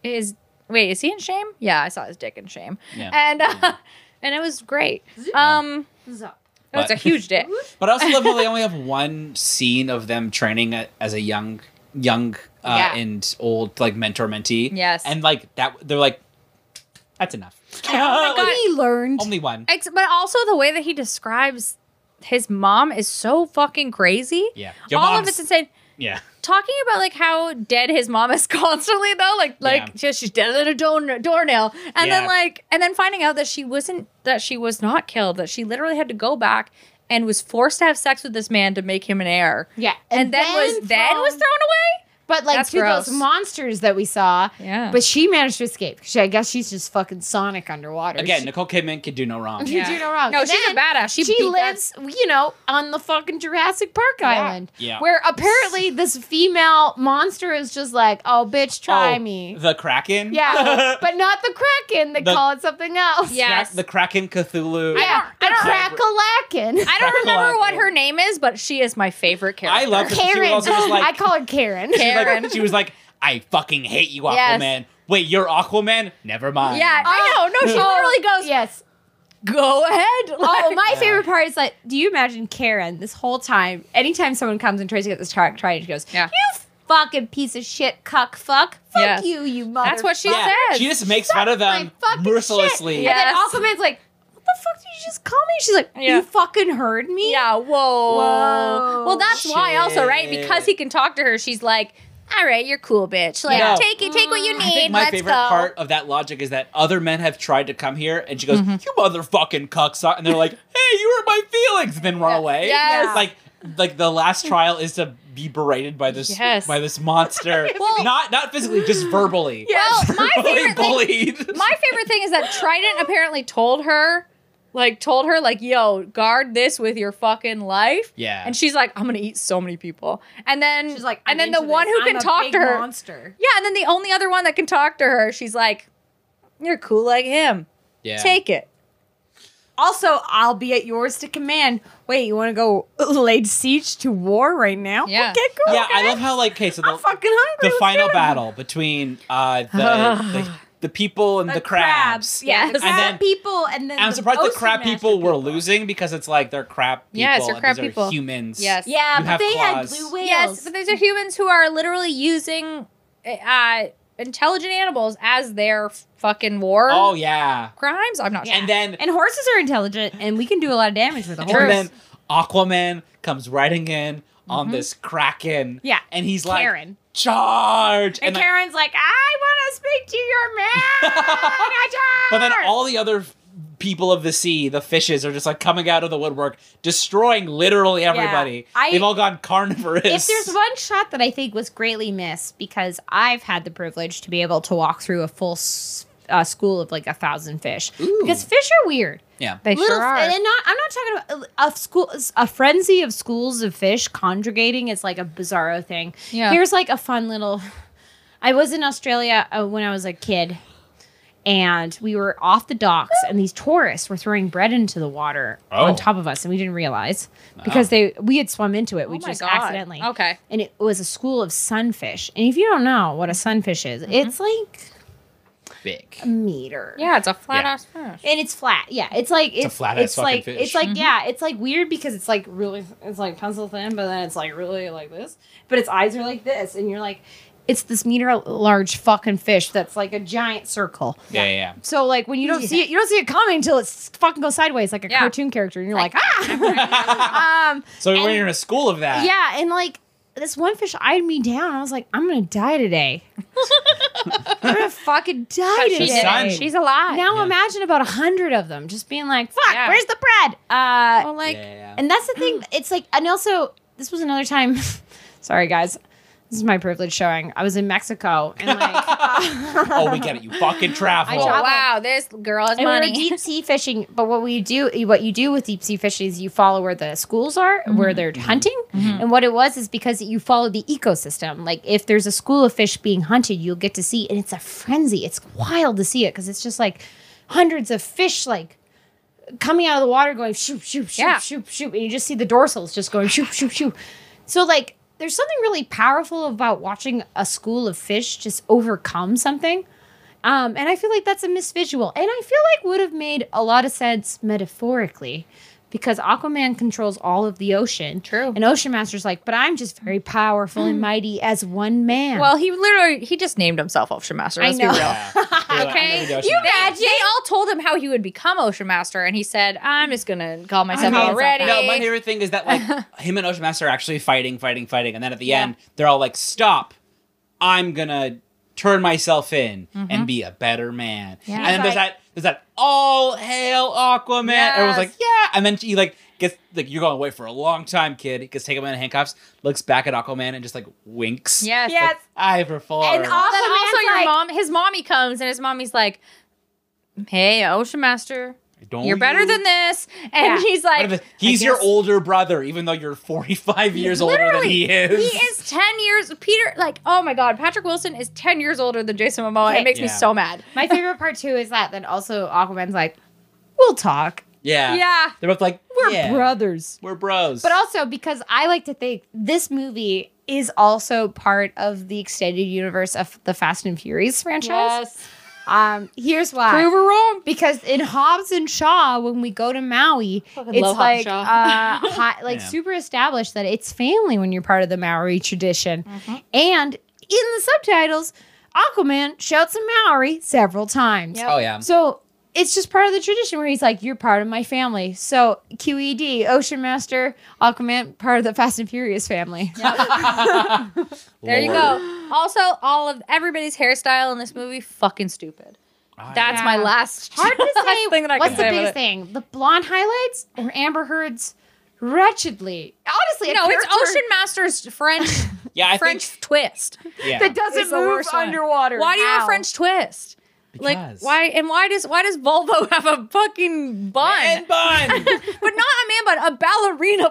Speaker 3: his wait, is he in Shame? Yeah, I saw his dick in Shame,
Speaker 2: Yeah.
Speaker 3: and uh, [LAUGHS] and it was great. Um,
Speaker 1: Zup.
Speaker 3: it was
Speaker 2: But-
Speaker 3: a huge dick.
Speaker 2: But I also love how they only have one scene of them training a- as a young, young uh,
Speaker 3: Yeah.
Speaker 2: and old like mentor mentee.
Speaker 3: Yes. Oh
Speaker 2: and like that, they're like, that's
Speaker 3: [LAUGHS]
Speaker 2: enough. [LAUGHS]
Speaker 3: my God.
Speaker 1: He learned.
Speaker 2: Only one.
Speaker 3: [LAUGHS] Ex- but also the way that he describes his mom is so fucking crazy.
Speaker 2: Yeah, Your
Speaker 3: All of
Speaker 2: mom's-
Speaker 3: it's insane.
Speaker 2: yeah.
Speaker 3: talking about like how dead his mom is [LAUGHS] constantly though like like
Speaker 2: Yeah.
Speaker 3: just- she's dead at a door- doornail and
Speaker 2: Yeah.
Speaker 3: then like and then finding out that she wasn't that she was not killed that she literally had to go back and was forced to have sex with this man to make him an heir
Speaker 1: Yeah.
Speaker 3: and, then, was then was thrown away
Speaker 1: But like
Speaker 3: That's
Speaker 1: to
Speaker 3: gross.
Speaker 1: those monsters that we saw.
Speaker 3: Yeah.
Speaker 1: But she managed to escape. She, I guess she's just fucking Sonic underwater.
Speaker 2: Again,
Speaker 1: [LAUGHS] She-
Speaker 2: Nicole Kidman could do no wrong.
Speaker 1: you do no wrong.
Speaker 3: no
Speaker 1: And
Speaker 3: she's a
Speaker 1: then
Speaker 3: badass she,
Speaker 1: She,
Speaker 3: beat that-
Speaker 1: lives, you know, on the fucking Jurassic Park island.
Speaker 2: Yeah.
Speaker 1: Where apparently this female monster is just like, oh, bitch, [LAUGHS] try
Speaker 2: Oh,
Speaker 1: me.
Speaker 2: The Kraken. [LAUGHS]
Speaker 1: Yeah. but not the Kraken. They
Speaker 2: The-
Speaker 1: call it something else.
Speaker 3: Yeah. Yes.
Speaker 2: The Kraken Cthulhu.
Speaker 1: Yeah. The Crackalakin. [LAUGHS]
Speaker 3: i don't
Speaker 2: Crackle
Speaker 3: remember what
Speaker 2: Apple.
Speaker 3: her name is but she is my favorite character
Speaker 2: I love her. She was
Speaker 1: Karen.
Speaker 2: also just
Speaker 1: I
Speaker 2: like,
Speaker 1: call it Karen.
Speaker 2: she was like-
Speaker 3: Karen.
Speaker 2: she was like, I fucking hate you,
Speaker 3: Yes.
Speaker 2: Aquaman. Wait, you're Aquaman? Never mind.
Speaker 3: yeah i know no she
Speaker 1: Oh,
Speaker 3: literally goes
Speaker 1: Yes.
Speaker 3: [LAUGHS] go ahead [LAUGHS]
Speaker 1: Oh, my
Speaker 2: Yeah.
Speaker 1: favorite part is like, do you imagine Karen this whole time? Anytime someone comes and tries to get this try, try she goes,
Speaker 3: Yeah.
Speaker 1: "You fucking piece of shit, cuck, fuck, fuck
Speaker 3: Yeah.
Speaker 1: you, you mother."
Speaker 3: that's what she
Speaker 2: Yeah,
Speaker 3: says
Speaker 2: She just makes fun of them mercilessly.
Speaker 1: Yeah. And then
Speaker 3: Yes.
Speaker 1: Aquaman's like, "What the fuck did you just call me?" She's like,
Speaker 3: Yeah.
Speaker 1: "You fucking heard me."
Speaker 3: Yeah, whoa.
Speaker 1: Whoa.
Speaker 3: Well, that's why also, right?
Speaker 2: Shit.
Speaker 3: Because he can talk to her, she's like, all right, you're cool, bitch. Like,
Speaker 2: No.
Speaker 3: take it, take what you need.
Speaker 2: I think my
Speaker 3: Let's
Speaker 2: favorite
Speaker 3: go.
Speaker 2: part
Speaker 3: Mm-hmm. [LAUGHS]
Speaker 2: of that logic is that other men have tried to come here, and she goes, "You motherfucking cucksuck," and they're like, "Hey, you hurt my feelings, then run away.
Speaker 3: Yes.
Speaker 2: Like like the last trial is to be berated by this
Speaker 3: Yes.
Speaker 2: by this monster.
Speaker 3: [LAUGHS] Well-
Speaker 2: not not physically, just verbally.
Speaker 3: [LAUGHS] Well, my
Speaker 2: [LAUGHS] Verbally
Speaker 3: favorite thing
Speaker 2: bullied.
Speaker 3: my favorite thing is that Trident apparently told her, like, told her, like, yo, guard this with your fucking life.
Speaker 2: Yeah.
Speaker 3: And she's like, I'm gonna eat so many people. And then
Speaker 1: She's like,
Speaker 3: and
Speaker 1: "I'm
Speaker 3: then the
Speaker 1: into
Speaker 3: one
Speaker 1: this.
Speaker 3: who
Speaker 1: I'm
Speaker 3: can
Speaker 1: a
Speaker 3: talk
Speaker 1: big
Speaker 3: to her.
Speaker 1: monster.
Speaker 3: Yeah, and then the only other one that can talk to her, she's like, You're cool like him.
Speaker 2: [LAUGHS] yeah.
Speaker 3: Take it.
Speaker 1: Also, I'll be at yours to command. Wait, you want to go lay siege to war right now?
Speaker 3: Yeah.
Speaker 1: Okay, cool.
Speaker 2: Yeah, I
Speaker 1: okay.
Speaker 2: love how like okay, so
Speaker 1: I'm
Speaker 2: the,
Speaker 1: fucking hungry.
Speaker 2: the
Speaker 1: Let's
Speaker 2: final
Speaker 1: do it.
Speaker 2: battle between uh the, the
Speaker 3: [SIGHS]
Speaker 2: the people and the, crabs.
Speaker 1: Yeah, the
Speaker 3: Yes.
Speaker 1: crab
Speaker 2: And then-
Speaker 1: people, and then
Speaker 2: I'm
Speaker 1: the
Speaker 2: surprised the
Speaker 1: ocean
Speaker 2: crab
Speaker 1: master
Speaker 2: people were losing because it's like they're crab people.
Speaker 3: Yes, they're
Speaker 2: and
Speaker 3: crab
Speaker 2: these are
Speaker 3: people.
Speaker 2: humans.
Speaker 3: Yes.
Speaker 1: Yeah,
Speaker 2: You
Speaker 1: but
Speaker 2: have
Speaker 1: they had
Speaker 2: claws.
Speaker 1: blue whales.
Speaker 3: Yes, but these are humans who are literally using uh intelligent animals as their fucking war
Speaker 2: Oh yeah.
Speaker 3: crimes. I'm not sure.
Speaker 2: And then
Speaker 1: and horses are intelligent, and we can do a lot of damage with a
Speaker 3: True.
Speaker 2: and
Speaker 1: horse.
Speaker 2: then Aquaman comes riding in on this kraken.
Speaker 1: Mm-hmm. Yeah.
Speaker 2: And he's like
Speaker 1: Karen.
Speaker 2: charge.
Speaker 1: And,
Speaker 2: like-
Speaker 1: Karen's like, I want to speak to
Speaker 2: [LAUGHS]
Speaker 1: your manager.
Speaker 2: but then all the other f- people of the sea, the fishes, are just like coming out of the woodwork, destroying literally everybody.
Speaker 1: I-
Speaker 2: They've all gone carnivorous.
Speaker 1: If there's one shot that I think was greatly missed, because I've had the privilege to be able to walk through a full s- uh, school of like a thousand fish,
Speaker 2: Ooh.
Speaker 1: because fish are weird.
Speaker 2: [LAUGHS] yeah.
Speaker 3: they
Speaker 1: Little,
Speaker 3: sure are.
Speaker 1: and not I'm not talking about uh, a, a school a frenzy of schools of fish conjugating is like a bizarro thing.
Speaker 3: Yeah.
Speaker 1: Here's like a fun little. I was in Australia uh, when I was a kid, and we were off the docks, and these tourists were throwing bread into the water
Speaker 2: Oh.
Speaker 1: on top of us, and we didn't realize because they we had swum into it. We
Speaker 3: Oh my
Speaker 1: just
Speaker 3: God.
Speaker 1: accidentally.
Speaker 3: Okay.
Speaker 1: And it was a school of sunfish. And if you don't know what a sunfish
Speaker 3: Mm-hmm.
Speaker 1: is, it's like
Speaker 2: Big.
Speaker 1: a meter.
Speaker 3: Yeah, it's a flat
Speaker 2: Yeah.
Speaker 3: ass fish.
Speaker 1: And it's flat. Yeah. It's like it's,
Speaker 2: a flat-ass
Speaker 1: it's
Speaker 2: fucking
Speaker 1: like
Speaker 2: fish.
Speaker 1: it's like yeah, it's like weird because it's like really it's like pencil thin, but then it's like really like this. But its eyes are like this, and you're like, it's this meter large fucking fish that's like a giant circle.
Speaker 2: Yeah, yeah, yeah.
Speaker 1: So like when you don't see it, you don't see it coming until it fucking goes sideways like a
Speaker 3: Yeah.
Speaker 1: cartoon character, and you're like, ah. um,
Speaker 2: So
Speaker 1: And-
Speaker 2: we're in a school of that.
Speaker 1: yeah, and like this one fish eyed me down. I was like, I'm gonna die today. [LAUGHS] I'm gonna fucking die
Speaker 3: She
Speaker 2: The
Speaker 3: did it.
Speaker 1: today.
Speaker 2: sun.
Speaker 3: She's alive.
Speaker 1: Now
Speaker 2: Yeah.
Speaker 1: imagine about a hundred of them just being like, "Fuck,
Speaker 3: Yeah.
Speaker 1: where's the bread?" Mm. Uh,
Speaker 3: Well, Oh, like,
Speaker 2: Yeah, yeah, yeah.
Speaker 1: and that's the thing. It's like, and also, this was another time. [LAUGHS] sorry, guys. This is my privilege showing. I was in Mexico and like
Speaker 2: oh, we get it. You
Speaker 1: [LAUGHS]
Speaker 2: fucking travel.
Speaker 3: oh,
Speaker 1: travel.
Speaker 3: wow, this girl has
Speaker 1: and we were
Speaker 3: money.
Speaker 1: deep sea fishing. But what we do, what you do with deep sea fishing is you follow where the schools are, where
Speaker 3: Mm-hmm.
Speaker 1: they're hunting. And what it was is because you follow the ecosystem. Like if there's a school of fish being hunted, you'll get to see, and it's a frenzy. It's wild to see it because it's just like hundreds of fish, like. Coming out of the water, going shoop shoop shoop
Speaker 3: Yeah.
Speaker 1: shoop shoop, and you just see the dorsals just going shoop shoop shoop. So like, there's something really powerful about watching a school of fish just overcome something. Um, and I feel like that's a misvisual. And I feel like would have made a lot of sense metaphorically because Aquaman controls all of the ocean.
Speaker 3: True. Mm.
Speaker 1: And Ocean Master's like, but I'm just very powerful and mighty as one man.
Speaker 3: [LAUGHS] well, he literally he just named himself Ocean Master.
Speaker 1: I
Speaker 3: Let's
Speaker 1: know. [LAUGHS]
Speaker 3: be real.
Speaker 2: Yeah. They're like, I'm
Speaker 3: Okay.
Speaker 2: gonna go
Speaker 3: You
Speaker 2: shoot
Speaker 3: they,
Speaker 2: that.
Speaker 3: they all told him how he would become Ocean Master, and he said, "I'm just gonna call myself
Speaker 1: made myself
Speaker 3: already."
Speaker 2: No, my favorite thing is that
Speaker 3: [LAUGHS]
Speaker 2: like him and Ocean Master are actually fighting, fighting, fighting, and then at the end they're all like, "Stop! I'm gonna turn myself in and be a better man."
Speaker 3: Mm-hmm. Yeah.
Speaker 2: And then
Speaker 3: He's
Speaker 2: there's that there's that all hail Aquaman. Everyone's like,
Speaker 3: Yes.
Speaker 2: "Yeah!" And then he like gets like you're going away for a long time, kid. He gets taken in handcuffs, looks back at Aquaman, and just like winks.
Speaker 3: yes.
Speaker 1: Yeah.
Speaker 2: Like, I perform.
Speaker 1: And all-
Speaker 3: Then
Speaker 1: Aquaman's
Speaker 3: also, your
Speaker 1: like-
Speaker 3: mom, his mommy comes, and his mommy's like, "Hey, Ocean Master,
Speaker 2: Don't
Speaker 3: you're better
Speaker 2: you-
Speaker 3: than this," and
Speaker 1: Yeah.
Speaker 3: he's
Speaker 2: Better
Speaker 3: like,
Speaker 2: than- He's your
Speaker 3: guess-
Speaker 2: older brother, even though you're 45 years older than
Speaker 3: Literally,
Speaker 2: he is.
Speaker 3: He is 10 years. Peter, like, oh my God, Patrick Wilson is 10 years older than Jason Momoa.
Speaker 1: Okay.
Speaker 3: It makes me
Speaker 2: Yeah.
Speaker 3: so mad.
Speaker 1: my favorite part too is that then also Aquaman's like, we'll talk.
Speaker 2: Yeah.
Speaker 3: Yeah.
Speaker 2: They're both like,
Speaker 1: We're
Speaker 2: yeah.
Speaker 1: brothers.
Speaker 2: We're bros.
Speaker 1: But also because I like to think this movie is also part of the extended universe of the Fast and Furious franchise. Um, here's why.
Speaker 3: Prove her wrong.
Speaker 1: because in Hobbs and Shaw, when we go to Maui,
Speaker 3: Fucking love
Speaker 1: it's
Speaker 3: Hobbs
Speaker 1: like
Speaker 3: and
Speaker 1: uh,
Speaker 2: [LAUGHS]
Speaker 3: Shaw.
Speaker 1: hi, like
Speaker 2: Yeah.
Speaker 1: super established that it's family when you're part of the Maori tradition,
Speaker 3: Mm-hmm.
Speaker 1: and in the subtitles, Aquaman shouts in Maori several times.
Speaker 3: Yep.
Speaker 2: oh yeah.
Speaker 1: So it's just part of the tradition where he's like, "You're part of my family." So QED, Ocean Master, Aquaman, part of the Fast and Furious family.
Speaker 3: There you
Speaker 2: Lord.
Speaker 3: [GASPS] go. Also, all of everybody's hairstyle in this movie, fucking stupid. That's
Speaker 1: Yeah.
Speaker 3: my last,
Speaker 1: [LAUGHS]
Speaker 3: [LAUGHS]
Speaker 1: Hard to
Speaker 3: last
Speaker 1: say.
Speaker 3: thing that I
Speaker 1: what's
Speaker 3: can
Speaker 1: the
Speaker 3: say.
Speaker 1: biggest
Speaker 3: about it.
Speaker 1: thing? The blonde highlights or Amber Heard's wretchedly? Honestly, a
Speaker 3: No, it's
Speaker 1: character
Speaker 3: Ocean Master's French
Speaker 2: [LAUGHS] Yeah, I
Speaker 3: French
Speaker 2: think.
Speaker 3: twist.
Speaker 2: Yeah.
Speaker 1: that doesn't
Speaker 3: It's the
Speaker 1: move
Speaker 3: worst one.
Speaker 1: underwater.
Speaker 3: Why do you have
Speaker 1: How?
Speaker 3: French twist? Like
Speaker 2: Because.
Speaker 3: why and why does why does Volvo [LAUGHS] have a fucking bun?
Speaker 2: and bun.
Speaker 3: [LAUGHS] but not a man bun, a ballerina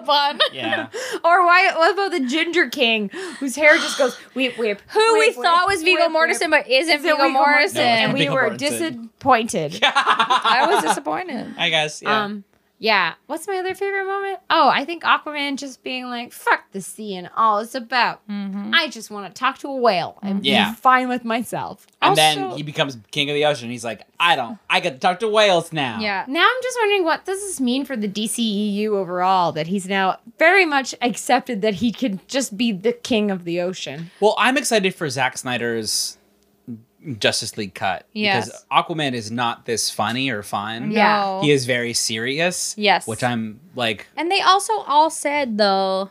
Speaker 1: [LAUGHS]
Speaker 3: bun.
Speaker 2: yeah.
Speaker 1: Or why? What about the Ginger King, whose hair just [GASPS] goes whip whip?
Speaker 3: Who we
Speaker 1: whip,
Speaker 3: thought
Speaker 1: whip,
Speaker 3: was Vigo
Speaker 1: whip, whip.
Speaker 3: Mortensen, but
Speaker 1: Is
Speaker 3: isn't
Speaker 1: it
Speaker 3: Vigo
Speaker 1: Viggo Mortensen?
Speaker 3: Mortensen.
Speaker 1: and
Speaker 2: No,
Speaker 1: we
Speaker 2: Viggo
Speaker 1: were
Speaker 2: Mortensen. [LAUGHS]
Speaker 1: disappointed.
Speaker 3: [LAUGHS] I was disappointed.
Speaker 2: I guess. Yeah.
Speaker 1: Um, yeah. What's my other favorite moment? Oh, I think Aquaman just being like, "Fuck the sea and all it's about. I just want to talk to a whale and
Speaker 2: Yeah. Oh.
Speaker 1: be fine with myself."
Speaker 2: and
Speaker 1: Also-
Speaker 2: then he becomes king of the ocean. He's like, I don't. I get to talk to whales now.
Speaker 3: Yeah.
Speaker 1: Now I'm just wondering what does this mean for the DCEU overall that he's now very much accepted that he could just be the king of the ocean.
Speaker 2: Well, I'm excited for Zack Snyder's Justice League cut
Speaker 3: Yes.
Speaker 2: because Aquaman is not this funny or fun.
Speaker 1: Yeah.
Speaker 3: No.
Speaker 2: He is very serious.
Speaker 3: Yes.
Speaker 2: Which I'm like,
Speaker 3: And they also all said though,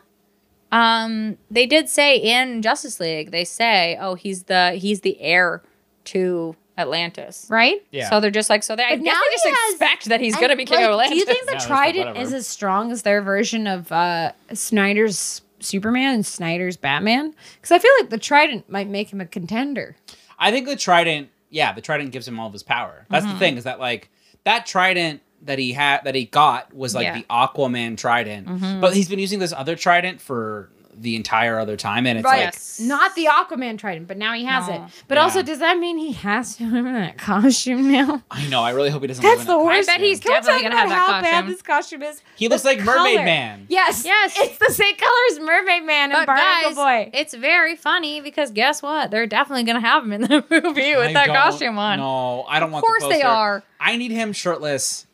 Speaker 3: um, they did say in Justice League, they say, oh, he's the he's the heir to Atlantis.
Speaker 1: Right?
Speaker 2: yeah.
Speaker 3: So they're just like so they I
Speaker 1: But
Speaker 3: guess
Speaker 1: now
Speaker 3: they just
Speaker 1: he has-
Speaker 3: expect that he's gonna
Speaker 1: And,
Speaker 3: be king
Speaker 1: like,
Speaker 3: of Atlantis.
Speaker 1: Do you
Speaker 3: [LAUGHS]
Speaker 1: think
Speaker 2: No,
Speaker 1: the
Speaker 2: it's like,
Speaker 1: Trident
Speaker 2: whatever.
Speaker 1: is as strong as their version of uh, Snyder's Superman and Snyder's Batman? Because I feel like the Trident might make him a contender.
Speaker 2: I think the trident, yeah, the trident gives him all of his power. That's
Speaker 3: Mm-hmm.
Speaker 2: the thing is that like that trident that he had that he got was like
Speaker 3: Yeah. Mm-hmm.
Speaker 2: the Aquaman trident, but he's been using this other trident for the entire other time, and it's
Speaker 1: Right.
Speaker 2: like
Speaker 3: Yes.
Speaker 1: Not the Aquaman Trident, but now he has
Speaker 3: No.
Speaker 1: it. But
Speaker 2: Yeah.
Speaker 1: also, does that mean he has to wear that costume now?
Speaker 3: [LAUGHS]
Speaker 2: I know. I really hope he doesn't.
Speaker 1: That's
Speaker 2: live
Speaker 1: the
Speaker 2: in a
Speaker 1: worst.
Speaker 2: costume.
Speaker 3: I bet he's-
Speaker 1: Can we
Speaker 3: definitely
Speaker 1: talk
Speaker 3: gonna have
Speaker 1: about
Speaker 3: that
Speaker 1: how bad
Speaker 3: costume.
Speaker 1: this costume is?
Speaker 2: He looks
Speaker 1: The
Speaker 2: like Mermaid
Speaker 1: color.
Speaker 2: Man.
Speaker 1: Yes.
Speaker 3: Yes.
Speaker 1: It's the same color as Mermaid Man and
Speaker 3: but guys,
Speaker 1: Barnacle Boy.
Speaker 3: it's very funny because guess what? They're definitely gonna have him in the [LAUGHS] movie with
Speaker 2: I
Speaker 3: that
Speaker 2: don't-
Speaker 3: costume on.
Speaker 2: No, I don't
Speaker 3: Of
Speaker 2: want.
Speaker 3: course
Speaker 2: the
Speaker 3: they
Speaker 2: poster.
Speaker 3: are.
Speaker 2: I need him shirtless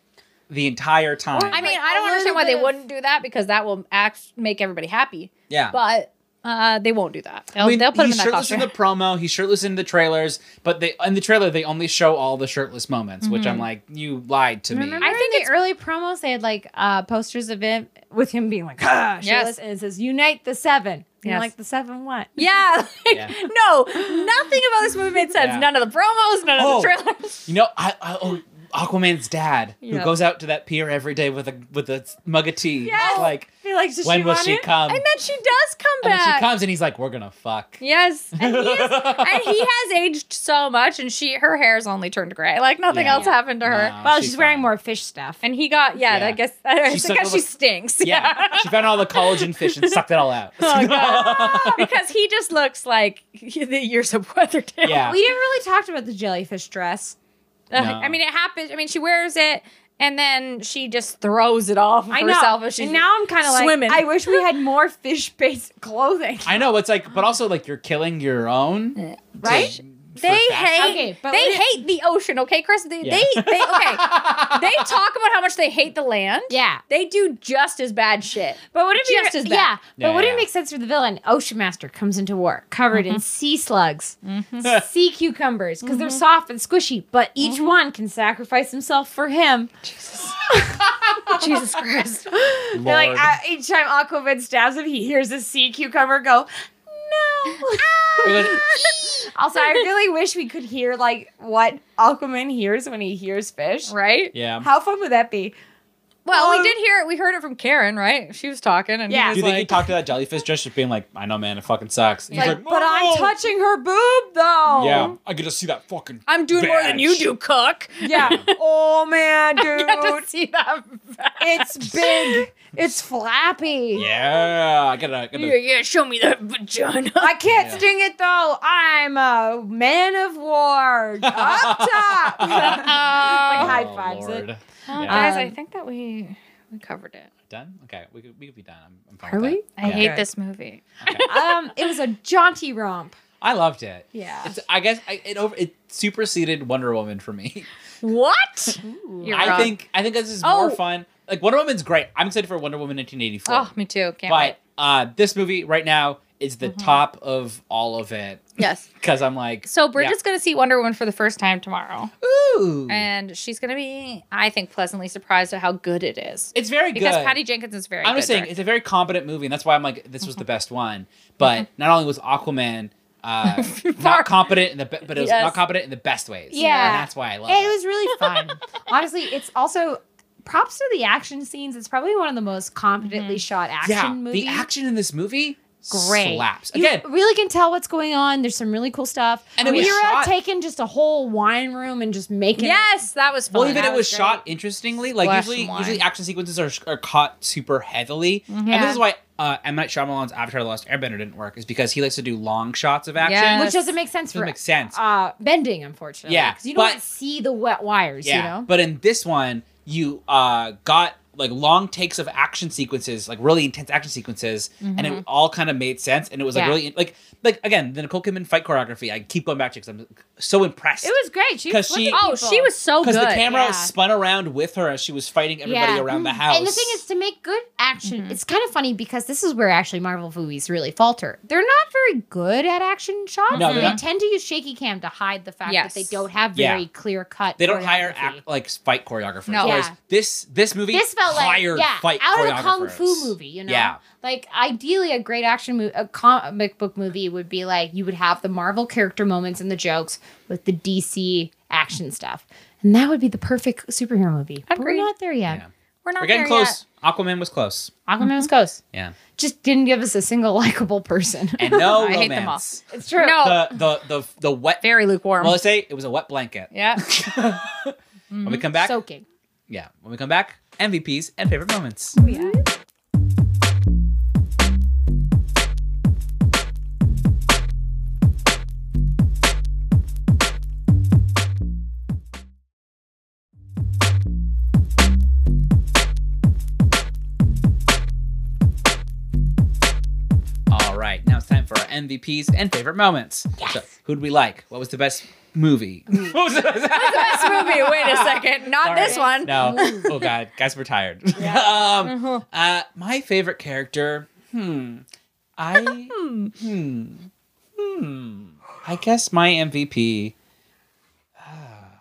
Speaker 2: the entire time.
Speaker 3: I mean,
Speaker 1: Like,
Speaker 3: I
Speaker 1: a
Speaker 3: don't understand
Speaker 1: little
Speaker 3: why they
Speaker 1: bit of-
Speaker 3: wouldn't do that because that will act make everybody happy.
Speaker 2: yeah.
Speaker 3: But uh, they won't do that. They'll,
Speaker 2: I mean,
Speaker 3: they'll put him
Speaker 2: he's
Speaker 3: in that
Speaker 2: shirtless
Speaker 3: costume.
Speaker 2: in the [LAUGHS] promo. He's shirtless in the trailers, but they in the trailer they only show all the shirtless moments, which
Speaker 3: Mm-hmm.
Speaker 2: I'm like, you lied to me.
Speaker 1: Remember I think in the early promos they had like uh, posters of him with him being like, ah, shirtless, and it says "Unite the Seven. And you're
Speaker 3: Yes.
Speaker 1: like the seven what?
Speaker 3: [LAUGHS] yeah, like,
Speaker 2: Yeah.
Speaker 3: No, nothing about this movie made sense.
Speaker 2: Yeah.
Speaker 3: None of the promos, none
Speaker 2: Oh.
Speaker 3: of the trailers.
Speaker 2: You know, I, I oh, Aquaman's dad
Speaker 3: Yeah.
Speaker 2: who goes out to that pier every day with a with a mug of tea.
Speaker 1: Yes.
Speaker 2: Like,
Speaker 1: I feel like does
Speaker 2: when
Speaker 1: she
Speaker 2: will
Speaker 1: want
Speaker 2: she
Speaker 1: it?
Speaker 2: come?
Speaker 3: And then she does come
Speaker 2: And then
Speaker 3: back.
Speaker 2: she comes, and he's like, "We're gonna fuck."
Speaker 3: Yes, and he, is,
Speaker 2: [LAUGHS]
Speaker 3: and he has aged so much, and she her hair's only turned gray. Like nothing
Speaker 2: Yeah.
Speaker 3: else happened to her.
Speaker 2: No,
Speaker 1: Well, she's, wearing
Speaker 2: fine.
Speaker 1: more fish stuff.
Speaker 3: And he got yeah.
Speaker 2: Yeah.
Speaker 3: I guess [LAUGHS]
Speaker 2: She's
Speaker 3: I guess
Speaker 2: such a
Speaker 3: because she
Speaker 2: little-
Speaker 3: stinks.
Speaker 2: [LAUGHS] Yeah, she found all the collagen fish and sucked it all out.
Speaker 3: [LAUGHS] Oh,
Speaker 2: [LAUGHS]
Speaker 3: God. because he just looks like the years of [LAUGHS] Weatherdale.
Speaker 2: yeah,
Speaker 1: we didn't really talk about the jellyfish dress.
Speaker 3: Uh,
Speaker 2: No.
Speaker 3: I mean, it happens. I mean, she wears it and then she just throws it off of herself. As she's,
Speaker 1: and now I'm kind of like,
Speaker 3: swimming.
Speaker 1: I wish we had more fish-based [LAUGHS] clothing.
Speaker 2: I know. It's like, but also like you're killing your own, to-
Speaker 1: Right?
Speaker 2: for
Speaker 3: they
Speaker 2: fashion.
Speaker 3: hate.
Speaker 1: Okay, but
Speaker 3: they
Speaker 1: let-
Speaker 3: hate the ocean. Okay, Chris. They,
Speaker 2: Yeah.
Speaker 3: they, they
Speaker 2: [LAUGHS]
Speaker 3: okay. they talk about how much they hate the land.
Speaker 1: Yeah,
Speaker 3: They do just as bad shit.
Speaker 1: but would it be
Speaker 3: Just as bad.
Speaker 1: yeah? But
Speaker 2: Yeah,
Speaker 1: would
Speaker 2: yeah.
Speaker 1: it make sense for the villain? Ocean Master comes into war covered in sea slugs,
Speaker 3: [LAUGHS]
Speaker 1: sea cucumbers, because they're soft and squishy. But each one can sacrifice himself for him.
Speaker 3: [LAUGHS] Jesus Christ.
Speaker 1: They're like
Speaker 2: Lord.
Speaker 3: "Ah."
Speaker 1: uh, each time Aquaman stabs him, he hears a sea cucumber go. No.
Speaker 2: You're like, [LAUGHS]
Speaker 1: also, I really wish we could hear like what Aquaman hears when he hears fish.
Speaker 3: Right?
Speaker 2: yeah.
Speaker 1: How fun would that be?
Speaker 3: Well, we
Speaker 1: Um,
Speaker 3: did hear it. We heard it from Karen, right? She was talking and
Speaker 1: Yeah.
Speaker 3: he was
Speaker 2: Do you think
Speaker 3: like,
Speaker 2: he talked to that jellyfish just just being like, I know, man, it fucking sucks? And
Speaker 3: Like,
Speaker 2: he's
Speaker 1: But I'm
Speaker 2: "Whoa."
Speaker 1: touching her boob though.
Speaker 2: Yeah, I get to see that fucking.
Speaker 3: I'm doing more than you
Speaker 2: Bitch.
Speaker 3: do, cook. [LAUGHS]
Speaker 1: Yeah. oh
Speaker 2: [LAUGHS]
Speaker 1: man, dude.
Speaker 3: I had to see that.
Speaker 1: it's big. It's flappy.
Speaker 2: [LAUGHS] Yeah, I gotta. I gotta
Speaker 3: Yeah, yeah, show me that [LAUGHS] vagina.
Speaker 1: I can't
Speaker 2: Yeah.
Speaker 1: sting it though. I'm a man of war. Up top.
Speaker 3: Uh,
Speaker 2: [LAUGHS]
Speaker 1: Like, high
Speaker 2: Oh,
Speaker 1: fives it.
Speaker 2: Lord. Yeah.
Speaker 3: Guys, I
Speaker 1: Um,
Speaker 3: think that we we covered it.
Speaker 2: done? Okay, we could, we could be done. I'm, I'm fine
Speaker 1: Are
Speaker 2: with
Speaker 1: we?
Speaker 2: that.
Speaker 3: I
Speaker 2: Yeah.
Speaker 3: hate
Speaker 1: Okay.
Speaker 3: this movie.
Speaker 1: um, it was a jaunty romp.
Speaker 2: I loved it.
Speaker 1: Yeah.
Speaker 2: It's, I guess I, it over it superseded Wonder Woman
Speaker 1: [LAUGHS]
Speaker 2: for me.
Speaker 3: [LAUGHS] What? You're
Speaker 2: I
Speaker 3: wrong.
Speaker 2: think I think this is more
Speaker 3: Oh.
Speaker 2: fun. Like Wonder Woman's great. I'm excited for Wonder Woman 1984.
Speaker 3: Oh, me too. Can't wait.
Speaker 2: but uh, this movie right now is the
Speaker 1: Mm-hmm.
Speaker 2: top of all of it
Speaker 3: Yes.
Speaker 2: because I'm like
Speaker 3: So Bridget's gonna see Wonder Woman for the first time tomorrow,
Speaker 2: yeah. ooh.
Speaker 3: and she's gonna be, I think, pleasantly surprised at how good it is.
Speaker 2: it's very
Speaker 3: Because
Speaker 2: good.
Speaker 3: Patty Jenkins is very.
Speaker 2: I'm
Speaker 3: good
Speaker 2: just saying
Speaker 3: director.
Speaker 2: it's a very competent movie, and that's why I'm like this was the best one. But not only was Aquaman Uh, not competent in the be- but it was
Speaker 3: Yes.
Speaker 2: not competent in the best ways.
Speaker 1: Yeah.
Speaker 2: and that's why I love
Speaker 1: Yeah,
Speaker 2: it.
Speaker 1: it was really [LAUGHS] fun. Honestly, it's also props to the action scenes. It's probably one of the most competently shot action
Speaker 2: yeah,
Speaker 1: movies.
Speaker 2: the action in this movie
Speaker 1: Great.
Speaker 2: slaps
Speaker 1: You
Speaker 2: again.
Speaker 1: really can tell what's going on. There's some really cool stuff.
Speaker 2: And it
Speaker 1: we
Speaker 2: was
Speaker 1: were out
Speaker 2: shot-
Speaker 1: taking just a whole wine room and just making
Speaker 3: Yes, that was fun.
Speaker 2: Well, even
Speaker 3: That
Speaker 2: it was shot interestingly. Like
Speaker 3: Splash
Speaker 2: usually,
Speaker 3: and wine.
Speaker 2: usually action sequences are, are caught super heavily, and
Speaker 1: Yeah.
Speaker 2: this is why uh, M Night Shyamalan's Avatar: The Last Airbender didn't work, is because he likes to do long shots of action.
Speaker 3: Yes.
Speaker 1: which doesn't make sense
Speaker 2: Doesn't
Speaker 1: for
Speaker 2: make sense.
Speaker 1: uh bending, unfortunately.
Speaker 2: Yeah,
Speaker 1: Because you
Speaker 2: but-
Speaker 1: don't see the wet wires,
Speaker 2: yeah,
Speaker 1: you know?
Speaker 2: but in this one, you uh, got like long takes of action sequences, like really intense action sequences, and it all kind of made sense. And it was like
Speaker 1: Mm-hmm. Yeah.
Speaker 2: really like like again the Nicole Kidman fight choreography. I keep going back to because I'm so impressed.
Speaker 1: It was great. She
Speaker 2: 'Cause
Speaker 1: was
Speaker 2: she-
Speaker 3: Oh, she was so good.
Speaker 2: because the camera
Speaker 1: yeah.
Speaker 2: spun around with her as she was fighting everybody
Speaker 1: Yeah. Mm-hmm.
Speaker 2: around the house.
Speaker 1: Mm. And the thing is, to make good action,
Speaker 3: Mm-hmm.
Speaker 1: it's kind of funny because this is where actually Marvel movies really falter. They're not very good at action shots.
Speaker 2: No, they're
Speaker 1: they
Speaker 2: not.
Speaker 1: tend to use shaky cam to hide the fact
Speaker 3: Yes.
Speaker 1: that they don't have
Speaker 2: Yeah.
Speaker 1: very clear cut.
Speaker 2: They don't hire
Speaker 1: actors.
Speaker 2: act, like fight choreographers.
Speaker 3: No.
Speaker 2: Whereas
Speaker 1: Yeah.
Speaker 2: this this movie
Speaker 1: This felt like
Speaker 2: hired
Speaker 1: yeah,
Speaker 2: fight
Speaker 1: out
Speaker 2: choreographers.
Speaker 1: of a kung fu movie, you know.
Speaker 2: Yeah.
Speaker 1: Like ideally, a great action movie, a comic book movie would be like you would have the Marvel character moments and the jokes with the DC action stuff, and that would be the perfect superhero movie. But
Speaker 3: Agreed.
Speaker 1: We're not there yet.
Speaker 2: Yeah.
Speaker 3: We're not
Speaker 2: We're getting
Speaker 3: there yet.
Speaker 2: close. Aquaman was close.
Speaker 1: Aquaman's
Speaker 3: Mm-hmm.
Speaker 1: Ghost [LAUGHS]
Speaker 2: Yeah.
Speaker 1: just didn't give us a single [LAUGHS] likable person.
Speaker 2: And no
Speaker 3: I hate them
Speaker 2: romance.
Speaker 1: it's true.
Speaker 3: No. all.
Speaker 2: The, the the the wet.
Speaker 3: Very lukewarm.
Speaker 2: Well, let's say it was a wet blanket.
Speaker 3: yeah.
Speaker 2: [LAUGHS] When we come back,
Speaker 1: soaking.
Speaker 2: yeah. When we come back, MVPs and favorite moments. All right, now it's time for our MVPs and favorite moments. So, who'd we like? What was the best movie? [LAUGHS] what was the best?
Speaker 3: This movie. Wait a second.
Speaker 2: [LAUGHS]
Speaker 3: Not
Speaker 2: Sorry.
Speaker 3: this one.
Speaker 2: No. Oh God, guys, we're tired. [LAUGHS]
Speaker 1: Uh-huh.
Speaker 2: um, uh, my favorite character. Hmm. I.
Speaker 1: [LAUGHS]
Speaker 2: hmm. Hmm. I guess my MVP. ah,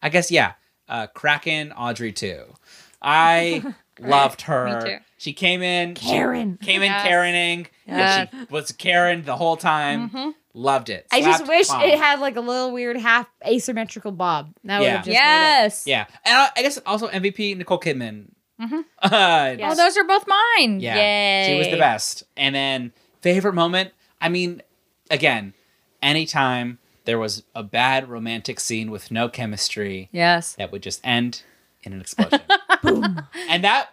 Speaker 2: I guess yeah. Uh, Kraken Audrey too.
Speaker 1: [LAUGHS]
Speaker 2: I loved her.
Speaker 3: Me too.
Speaker 2: She came in.
Speaker 1: Karen.
Speaker 2: Came in
Speaker 3: Yes.
Speaker 2: Karening. and She was Karen the whole time. Loved it.
Speaker 1: Mm-hmm. I just
Speaker 2: Slapped
Speaker 1: wish
Speaker 2: bomb.
Speaker 1: it had like a little weird half asymmetrical bob. That would
Speaker 2: Yeah.
Speaker 1: have just made it-
Speaker 3: Yes.
Speaker 2: Yeah, and I, I guess also MVP Nicole Kidman.
Speaker 1: Mm-hmm.
Speaker 2: [LAUGHS]
Speaker 3: Mhm.
Speaker 2: Uh,
Speaker 1: Yeah.
Speaker 3: Oh, those are both mine.
Speaker 2: Yeah.
Speaker 3: Yay.
Speaker 2: She was the best. And then favorite moment, I mean, again, anytime there was a bad romantic scene with no chemistry
Speaker 3: Yes.
Speaker 2: that would just end in an
Speaker 3: [LAUGHS]
Speaker 2: explosion. And that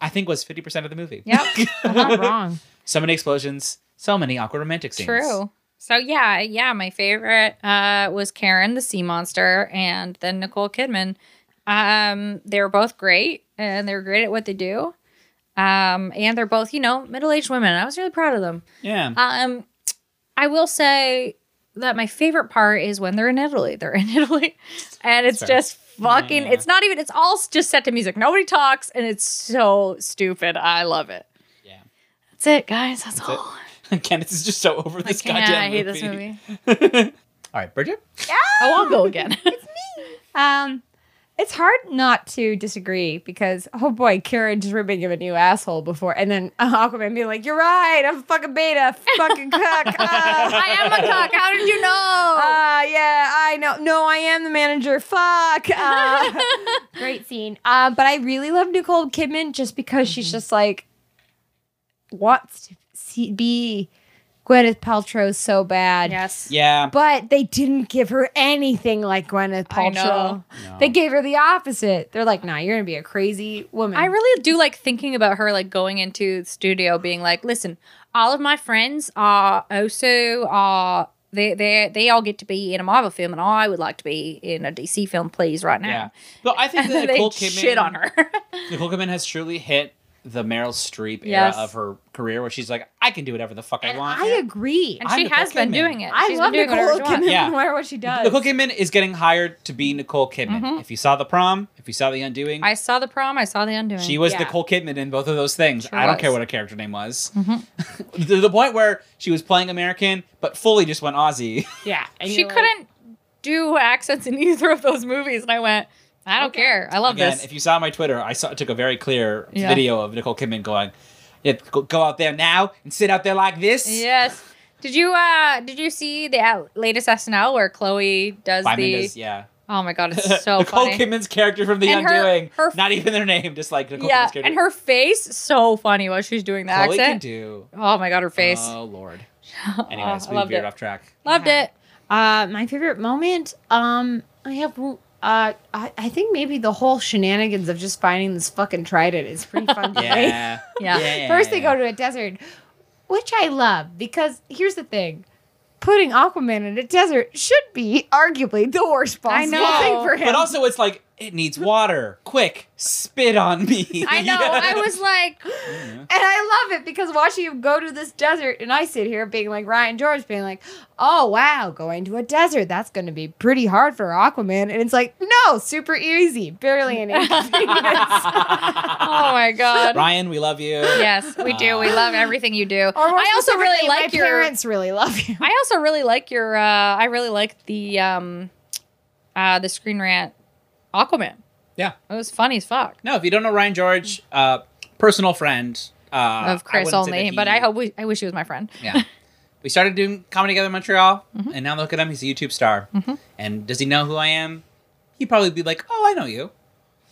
Speaker 2: I think was 50% of the movie. [LAUGHS]
Speaker 3: Yep.
Speaker 1: I'm [LAUGHS] not wrong.
Speaker 2: So many explosions, so many awkward romantic scenes.
Speaker 3: True. So yeah, yeah, my favorite uh, was Karen the sea monster and then Nicole Kidman. Um, they were both great and they're great at what they do. Um, and they're both, you know, middle-aged women. I was really proud of them.
Speaker 2: Yeah.
Speaker 3: Um, I will say that my favorite part is when they're in Italy. They're in [LAUGHS] Italy, and it's
Speaker 2: Fair.
Speaker 3: just fucking.
Speaker 2: Yeah.
Speaker 3: It's not even. It's all just set to music. Nobody talks, and it's so stupid. I love it.
Speaker 2: Yeah.
Speaker 3: That's it, guys. That's,
Speaker 2: it. [LAUGHS]
Speaker 3: all.
Speaker 2: Kenneth is just so over this
Speaker 3: I can't.
Speaker 2: goddamn
Speaker 3: I hate
Speaker 2: movie.
Speaker 3: this movie.
Speaker 2: All right, Bridget.
Speaker 3: Oh, I'll
Speaker 2: [LAUGHS]
Speaker 3: go again.
Speaker 5: Um, it's hard not to disagree because oh boy, Karen just ripping him a new asshole before, and then uh, Aquaman being like, "You're right, I'm a fucking beta, fucking
Speaker 2: [LAUGHS]
Speaker 5: cuck." Uh,
Speaker 3: I am a cock. How did you know?
Speaker 5: uh, yeah, I know. No, I am the manager. Fuck. Uh,
Speaker 3: [LAUGHS]
Speaker 5: great scene. Uh, but I really love Nicole Kidman just because
Speaker 3: Mm-hmm.
Speaker 5: she's just like wants to see, be Gwyneth Paltrow so bad.
Speaker 3: yes.
Speaker 2: Yeah.
Speaker 5: But they didn't give her anything like Gwyneth
Speaker 3: I
Speaker 5: Paltrow.
Speaker 3: know.
Speaker 2: No.
Speaker 5: They gave her the opposite. They're like, nah, you're gonna be a crazy woman.
Speaker 3: I really do like thinking about her like going into the studio being like, listen, all of my friends are also are they they they all get to be in a Marvel film and I would like to be in a DC film, please, right now.
Speaker 2: yeah. But I think
Speaker 3: And
Speaker 2: that
Speaker 3: then [LAUGHS] they
Speaker 2: Nicole Kidman
Speaker 3: shit
Speaker 2: [LAUGHS]
Speaker 3: on her.
Speaker 2: Nicole Kidman has truly hit the Meryl Streep
Speaker 3: Yes.
Speaker 2: era of her career, where she's like, I can do whatever the fuck I want.
Speaker 1: I agree.
Speaker 3: and
Speaker 2: I'm
Speaker 3: she
Speaker 2: Nicole
Speaker 3: has been
Speaker 2: Kidman.
Speaker 3: doing it.
Speaker 5: I
Speaker 3: She's
Speaker 5: love
Speaker 3: been doing whatever
Speaker 5: Nicole
Speaker 3: she wants.
Speaker 5: Kidman [LAUGHS]
Speaker 2: Yeah.
Speaker 5: no matter what she does.
Speaker 2: Nicole Kidman is getting hired to be Nicole Kidman. If you saw The Prom, if you saw The Undoing,
Speaker 3: Mm-hmm. I saw the prom, I saw the undoing.
Speaker 2: she was
Speaker 1: yeah.
Speaker 2: Nicole Kidman in both of those things.
Speaker 3: Sure
Speaker 2: I don't
Speaker 3: was. Mm-hmm.
Speaker 2: care what her character name was. to [LAUGHS] the point where she was playing American, but fully just went Aussie.
Speaker 1: yeah. and
Speaker 3: she
Speaker 1: you're like-
Speaker 3: couldn't do accents in [LAUGHS] either of those movies, and I went, I don't care. I
Speaker 2: [LAUGHS]
Speaker 3: love
Speaker 2: Again,
Speaker 3: this.
Speaker 2: if you saw my Twitter, I saw took a very clear
Speaker 3: Yeah.
Speaker 2: video of Nicole Kidman going, "Yeah, go- "Go out there now and sit out there like this."
Speaker 3: Yes. Did you uh did you see the uh, latest SNL where Chloe does
Speaker 2: Byman
Speaker 3: the
Speaker 2: does, yeah.
Speaker 3: Oh my god,
Speaker 2: [LAUGHS]
Speaker 3: it's so
Speaker 2: Nicole
Speaker 3: funny.
Speaker 2: Kidman's character from The
Speaker 3: And her-
Speaker 2: Undoing.
Speaker 3: her-
Speaker 2: not even their name, just like Nicole
Speaker 3: yeah,
Speaker 2: Kidman's character.
Speaker 3: and her face so funny while she's doing the
Speaker 2: Chloe can
Speaker 3: accent.
Speaker 2: do.
Speaker 3: oh my god, her face.
Speaker 2: Oh lord.
Speaker 3: [LAUGHS] Oh,
Speaker 2: Anyways,
Speaker 3: I
Speaker 2: we
Speaker 3: loved
Speaker 2: veered
Speaker 3: it.
Speaker 2: off
Speaker 3: [LAUGHS]
Speaker 2: track.
Speaker 3: Loved
Speaker 1: Yeah.
Speaker 2: [LAUGHS]
Speaker 3: it.
Speaker 1: Uh, my favorite moment. Um, I have. Uh, I, I think maybe the whole shenanigans of just finding this fucking trident is pretty fun. to me.
Speaker 2: Yeah.
Speaker 3: Yeah.
Speaker 1: First, they go to a desert, which I love because here's the thing. Putting Aquaman in a desert should be arguably the worst possible
Speaker 3: know.
Speaker 1: thing for him.
Speaker 2: But also, it's like it needs water. Quick, spit on me.
Speaker 3: [LAUGHS] I know.
Speaker 2: [LAUGHS]
Speaker 3: I was like,
Speaker 1: and I love it because watching him go to this desert, and I sit here being like Ryan George, being like, oh, wow, going to a desert, that's going to be pretty hard for Aquaman. And it's like, no, super easy, barely an [LAUGHS] inconvenience.
Speaker 3: oh
Speaker 2: [LAUGHS]
Speaker 3: my god.
Speaker 2: Ryan, we love you.
Speaker 3: Yes, we do. We
Speaker 2: [LAUGHS]
Speaker 3: love everything you do.
Speaker 1: Or more
Speaker 3: I also really
Speaker 1: specifically,
Speaker 3: like
Speaker 1: my
Speaker 3: your
Speaker 1: parents really love [LAUGHS] you.
Speaker 3: I also really like your. Uh, I really like the um, uh, the screen rant Aquaman.
Speaker 2: Yeah.
Speaker 3: it was funny as fuck.
Speaker 2: No, if you don't know Ryan George, uh, personal friend uh,
Speaker 3: Of
Speaker 2: I wouldn't
Speaker 3: Chris
Speaker 2: say
Speaker 3: only,
Speaker 2: that he-
Speaker 3: but I hope we, I wish he was my friend.
Speaker 2: Yeah. [LAUGHS] We started doing comedy together in Montreal,
Speaker 3: Mm-hmm.
Speaker 2: and now look at him. He's a YouTube star. And does he know who I am? He'd probably be like, "Oh, I know you."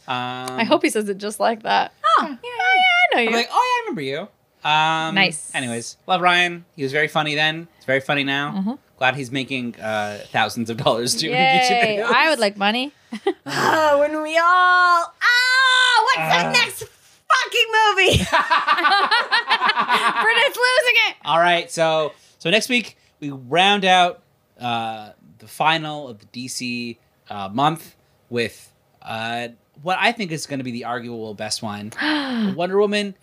Speaker 2: Um,
Speaker 3: I hope he says it just like that. Oh, yeah, yeah, I
Speaker 2: I'm
Speaker 3: know you.
Speaker 2: like, "Oh, yeah, I remember you." Um,
Speaker 3: Nice.
Speaker 2: Anyways, love Ryan. He was very funny then. He's very funny now.
Speaker 3: Mm-hmm.
Speaker 2: Glad he's making uh, thousands of dollars doing YouTube
Speaker 3: Yay.
Speaker 2: videos.
Speaker 3: I
Speaker 2: [LAUGHS]
Speaker 3: would like [LAUGHS] money.
Speaker 1: Oh, when we all. Oh, what's the
Speaker 2: Ah.
Speaker 1: next fucking movie?
Speaker 3: Brennan's losing it.
Speaker 2: All right, so so next week we round out uh, the final of the DC uh, month with uh, what I think is going to be the arguable best
Speaker 3: [GASPS]
Speaker 2: one, Wonder Woman.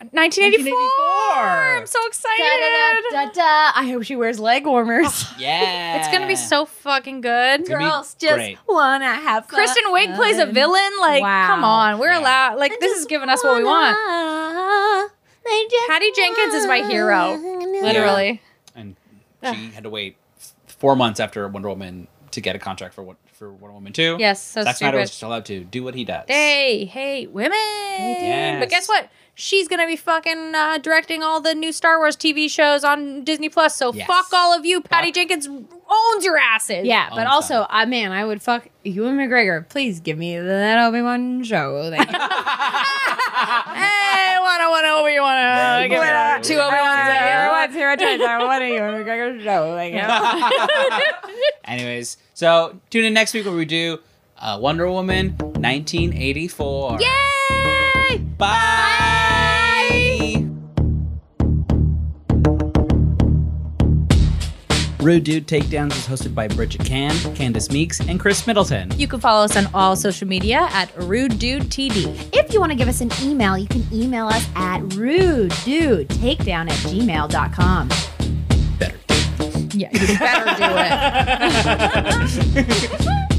Speaker 2: 1984.
Speaker 3: 1984. I'm so excited.
Speaker 1: [LAUGHS] da, da, da, da. I hope she wears leg warmers.
Speaker 2: Yeah,
Speaker 3: It's gonna be so fucking good.
Speaker 2: Gonna be
Speaker 1: Girls [LAUGHS] just
Speaker 2: great.
Speaker 1: wanna have fun. Uh,
Speaker 3: Kristen Wiig plays a villain. Like,
Speaker 1: Wow.
Speaker 3: come on, we're
Speaker 2: Uh, Yeah.
Speaker 3: allowed. Like,
Speaker 1: [LAUGHS]
Speaker 3: this is giving us what we want.
Speaker 1: want.
Speaker 3: Patty Jenkins is my hero. Literally.
Speaker 2: And she had to wait f- four months after Wonder Woman to get a contract for what for Wonder Woman two.
Speaker 3: Yes, so
Speaker 2: Zack Snyder
Speaker 3: stupid.
Speaker 2: was just allowed to do what he does. [LAUGHS]
Speaker 3: [LAUGHS] They hate women. But guess
Speaker 2: Yes.
Speaker 3: what? She's gonna be fucking uh, directing all the new Star Wars TV shows on Disney Plus. So
Speaker 2: Yes.
Speaker 3: fuck all of you. Patty
Speaker 2: Fuck.
Speaker 3: Jenkins owns your asses.
Speaker 1: Yeah, but
Speaker 2: Own
Speaker 1: also, uh, man, I would fuck Ewan McGregor. Please give me that Obi Wan show. [LAUGHS] Thank you.
Speaker 3: Hey, wanna wanna Obi wanna give it two
Speaker 1: [LAUGHS]
Speaker 3: Obi Wan's.
Speaker 1: Everyone's here. I want a Ewan McGregor show. [LAUGHS] Thank you.
Speaker 2: [LAUGHS] Anyways, so tune in next week where we do uh, Wonder Woman 1984.
Speaker 3: Yay!
Speaker 2: Bye. Rude Dude Takedowns is hosted by Bridget Cam, Candace Meeks, and Chris Middleton.
Speaker 3: You can follow us on all social media at Rude Dude TD.
Speaker 5: If you want to give us an email, you can email us at rude dude takedown at gmail.com.
Speaker 2: Better.
Speaker 3: Yeah, you better do it.